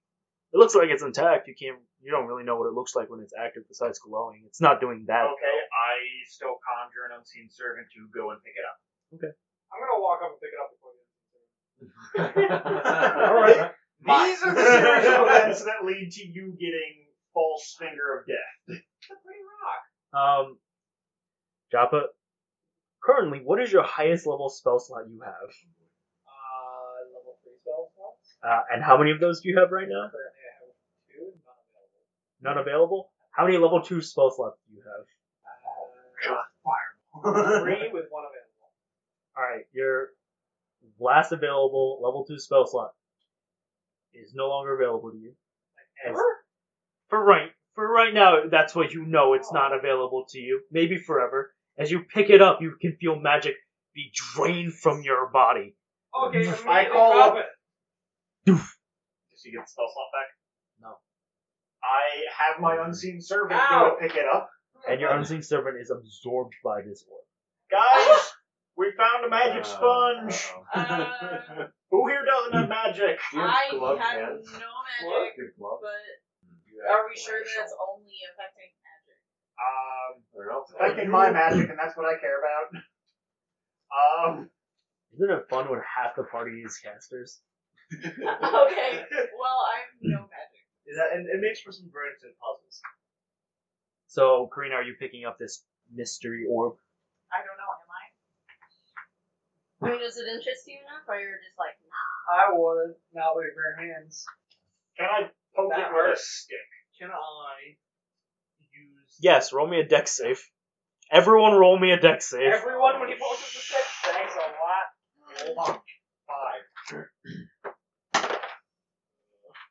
A: It looks like it's intact. You can't. You don't really know what it looks like when it's active, besides glowing. It's not doing that.
D: Okay, I still conjure an unseen servant to go and pick it up.
E: I'm gonna walk up and pick it up before you.
B: All
D: right.
G: My-
D: These are the series of events that lead to you getting false finger of death.
E: It's a pretty rock.
A: Um, Joppa, currently, what is your highest level spell slot you have?
E: Uh, level three spell slots.
A: Uh, and how many of those do you have right now?
E: Currently, I have two and not available.
A: None available? How many level 2 spell slots do you have?
E: Uh, three with one available.
A: Alright, your last available level 2 spell slot is no longer available to you. As- for right for right now, that's what you know it's not available to you. Maybe forever. As you pick it up, you can feel magic be drained from your body.
E: Okay, I'm
D: I
E: gonna
D: call
E: drop it.
D: Does he get the spell slot back?
A: No.
D: I have my unseen servant
E: Ow.
D: go to pick it up.
A: And your unseen servant is absorbed by this orb.
D: Guys, we found a magic
B: Uh,
D: sponge.
B: uh-oh.
C: Uh,
D: Who here doesn't have magic?
B: Do you have
C: I
B: glove
C: have
B: hands?
C: no
B: Do
C: magic,
B: you have gloves?
C: but
B: You have
C: are we sure that
B: glacial.
C: it's only affecting magic?
D: Um,
B: I don't know.
D: affecting my magic, and that's what I care about. Um,
A: Isn't it fun when half the party is casters?
C: okay, well, I have no magic.
H: and it makes for some very interesting puzzles.
A: So, Karina, are you picking up this mystery orb?
C: I don't know, am I?
F: I mean, does it interest you enough, or you're just like, nah?
E: I would not with bare hands.
D: can I poke
E: That
D: it with a
E: hurts.
D: stick?
E: Can I use?
A: Yes, roll me a deck save. Everyone roll me a deck save.
E: Everyone, when he poses the stick, thanks a lot.
D: Hold on. Five.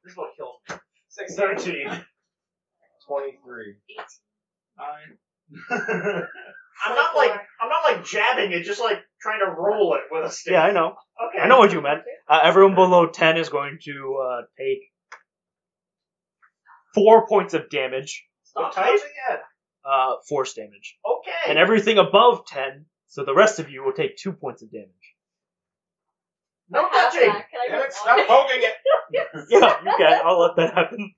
E: This will kill me. Six,
D: Thirteen.
B: 23.
E: nine.
D: I'm not like I'm not like jabbing it, just like trying to roll it with a stick.
A: Yeah, I know.
D: Okay.
A: I know what you meant. Uh, everyone below 10 is going to uh, take 4 points of damage,
D: What
E: Stop
D: type?
E: touching it.
A: uh, force damage.
D: Okay.
A: And everything above 10, so the rest of you will take 2 points of damage.
D: no
F: I have
D: touching.
F: that. Can I
G: Damn
F: roll
G: it, stop poking it!
A: Yeah, you can. I'll let that happen.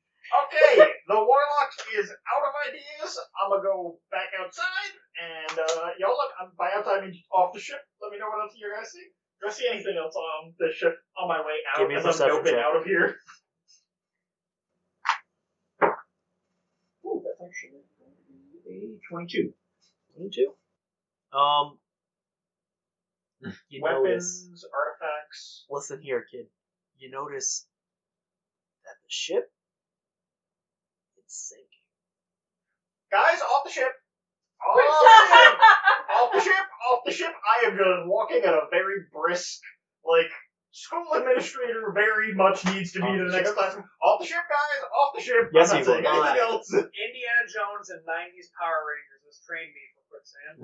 D: Okay, the warlock is out of ideas. I'm gonna go back outside, and uh, y'all look. I'm, by outside, I mean off the ship. Let me know what else you guys see. Do I see anything else on the ship on my way out
A: Give me a
D: as I'm
A: perception
D: doping
A: check.
D: out of here? Ooh, that's actually going to be a twenty-two.
A: 22? Um, you notice.
D: Weapons, artifacts.
A: listen here, kid. You notice that the ship it's sinking.
D: Guys, off the ship. Off the ship. off the
C: Princess!
D: ship, off the ship. I am just walking at a very brisk, like school administrator very much needs to be
B: Off
D: to the
B: the
D: next
B: ship.
D: classroom. Off the ship, guys, off the ship.
A: Yes,
D: I'm
A: he
D: not saying
A: will.
D: anything else.
E: Indiana Jones and 90s Power Rangers has trained me for quicksand.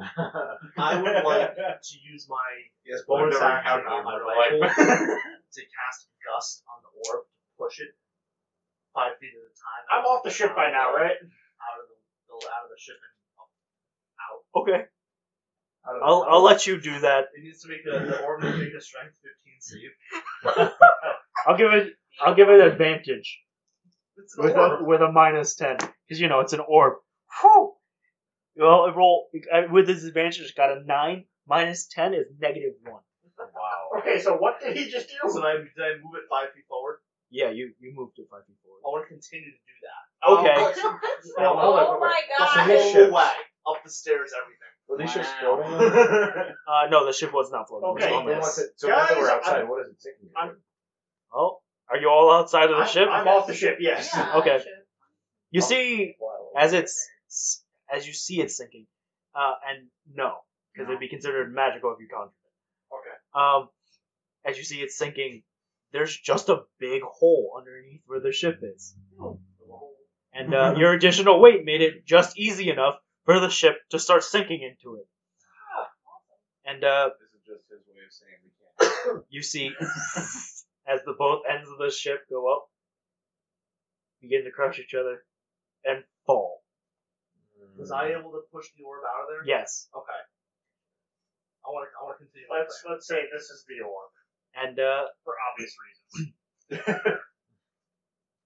H: I would like to use my
G: Yes, but I've
H: bonus
G: never
H: action
G: encountered it
H: on
G: in
H: my
G: my life.
H: rifle to cast gust on the orb to push it five feet at a time.
D: I'm off the ship by now, right?
H: Out of the build out of the ship and up, out.
A: Okay.
B: I don't
A: I'll
B: know.
A: I'll let you do that.
H: It needs to make a the orb needs to make a strength fifteen save.
A: I'll give it I'll give it advantage
H: It's an
A: with a
H: orb.
A: with a minus ten because you know it's an orb. Whew. Well, it roll uh, with this advantage. It's got a nine minus ten is negative one.
B: Wow.
D: Okay, so what did he just do?
H: So did I, did I move it five feet forward?
A: Yeah, you you moved it five feet
H: I want to continue to do that.
A: Okay.
B: Now, hold on,
C: oh
B: hold on.
C: my
H: The
B: so
C: god!
B: this-
H: whole way up the stairs, everything.
B: Were these ships
H: Wow.
B: floating? Then
A: Uh, no, the ship was not floating. It was
D: Okay.
A: on the-
B: what's it- So now that
D: Guys,
B: we're outside,
D: I'm-
B: what is it sinking? in?
D: I'm-
A: Oh, are you all outside of the
D: I'm,
A: ship?
D: I'm off the ship. Yes.
C: Yeah,
A: Okay.
C: I should.
A: You see,
B: Wow.
A: as it's as you see it sinking, uh, and no, because it'd be considered magical if you conjured
D: Okay.
A: it. Um, as you see it sinking, there's just a big hole underneath where the ship is, and uh, your additional weight made it just easy enough for the ship to start sinking into it. And uh,
B: This is just his way of saying we can't.
A: you see as the both ends of the ship go up, begin to crush each other, and fall.
H: Was I able to push the orb out of there?
A: Yes.
H: Okay. I want to. I want to continue. my
D: Let's let's say this is the orb
A: And uh,
D: for obvious reasons.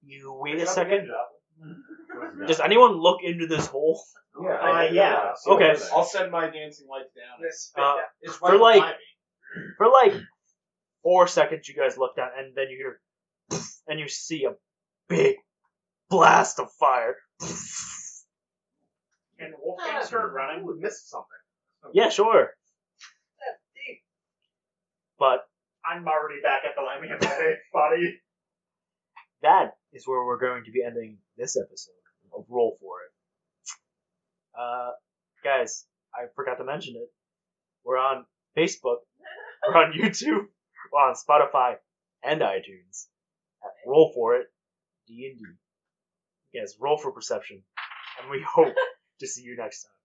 A: you wait a
D: Good
A: second.
D: job.
B: Mm.
A: Does anyone look into this hole?
H: plan.
B: Yeah.
A: Uh,
B: I-
A: yeah.
B: I see what you're
A: Okay.
B: saying.
G: I'll send my dancing lights down.
A: Uh,
H: It's
A: for like for like four seconds, you guys look down, and then you hear, poof, and you see a big blast of fire. Poof.
E: Can Wolfgang start running?
H: would miss something.
A: Yeah, sure,
E: That's deep.
A: but
E: I'm already back at the Lamia body.
A: that is where we're going to be ending this episode of Roll for It. Uh, guys, I forgot to mention it. We're on Facebook, we're on YouTube, we're on Spotify, and iTunes at Roll for It D and D. Yes, roll for perception, and we hope to see you next time.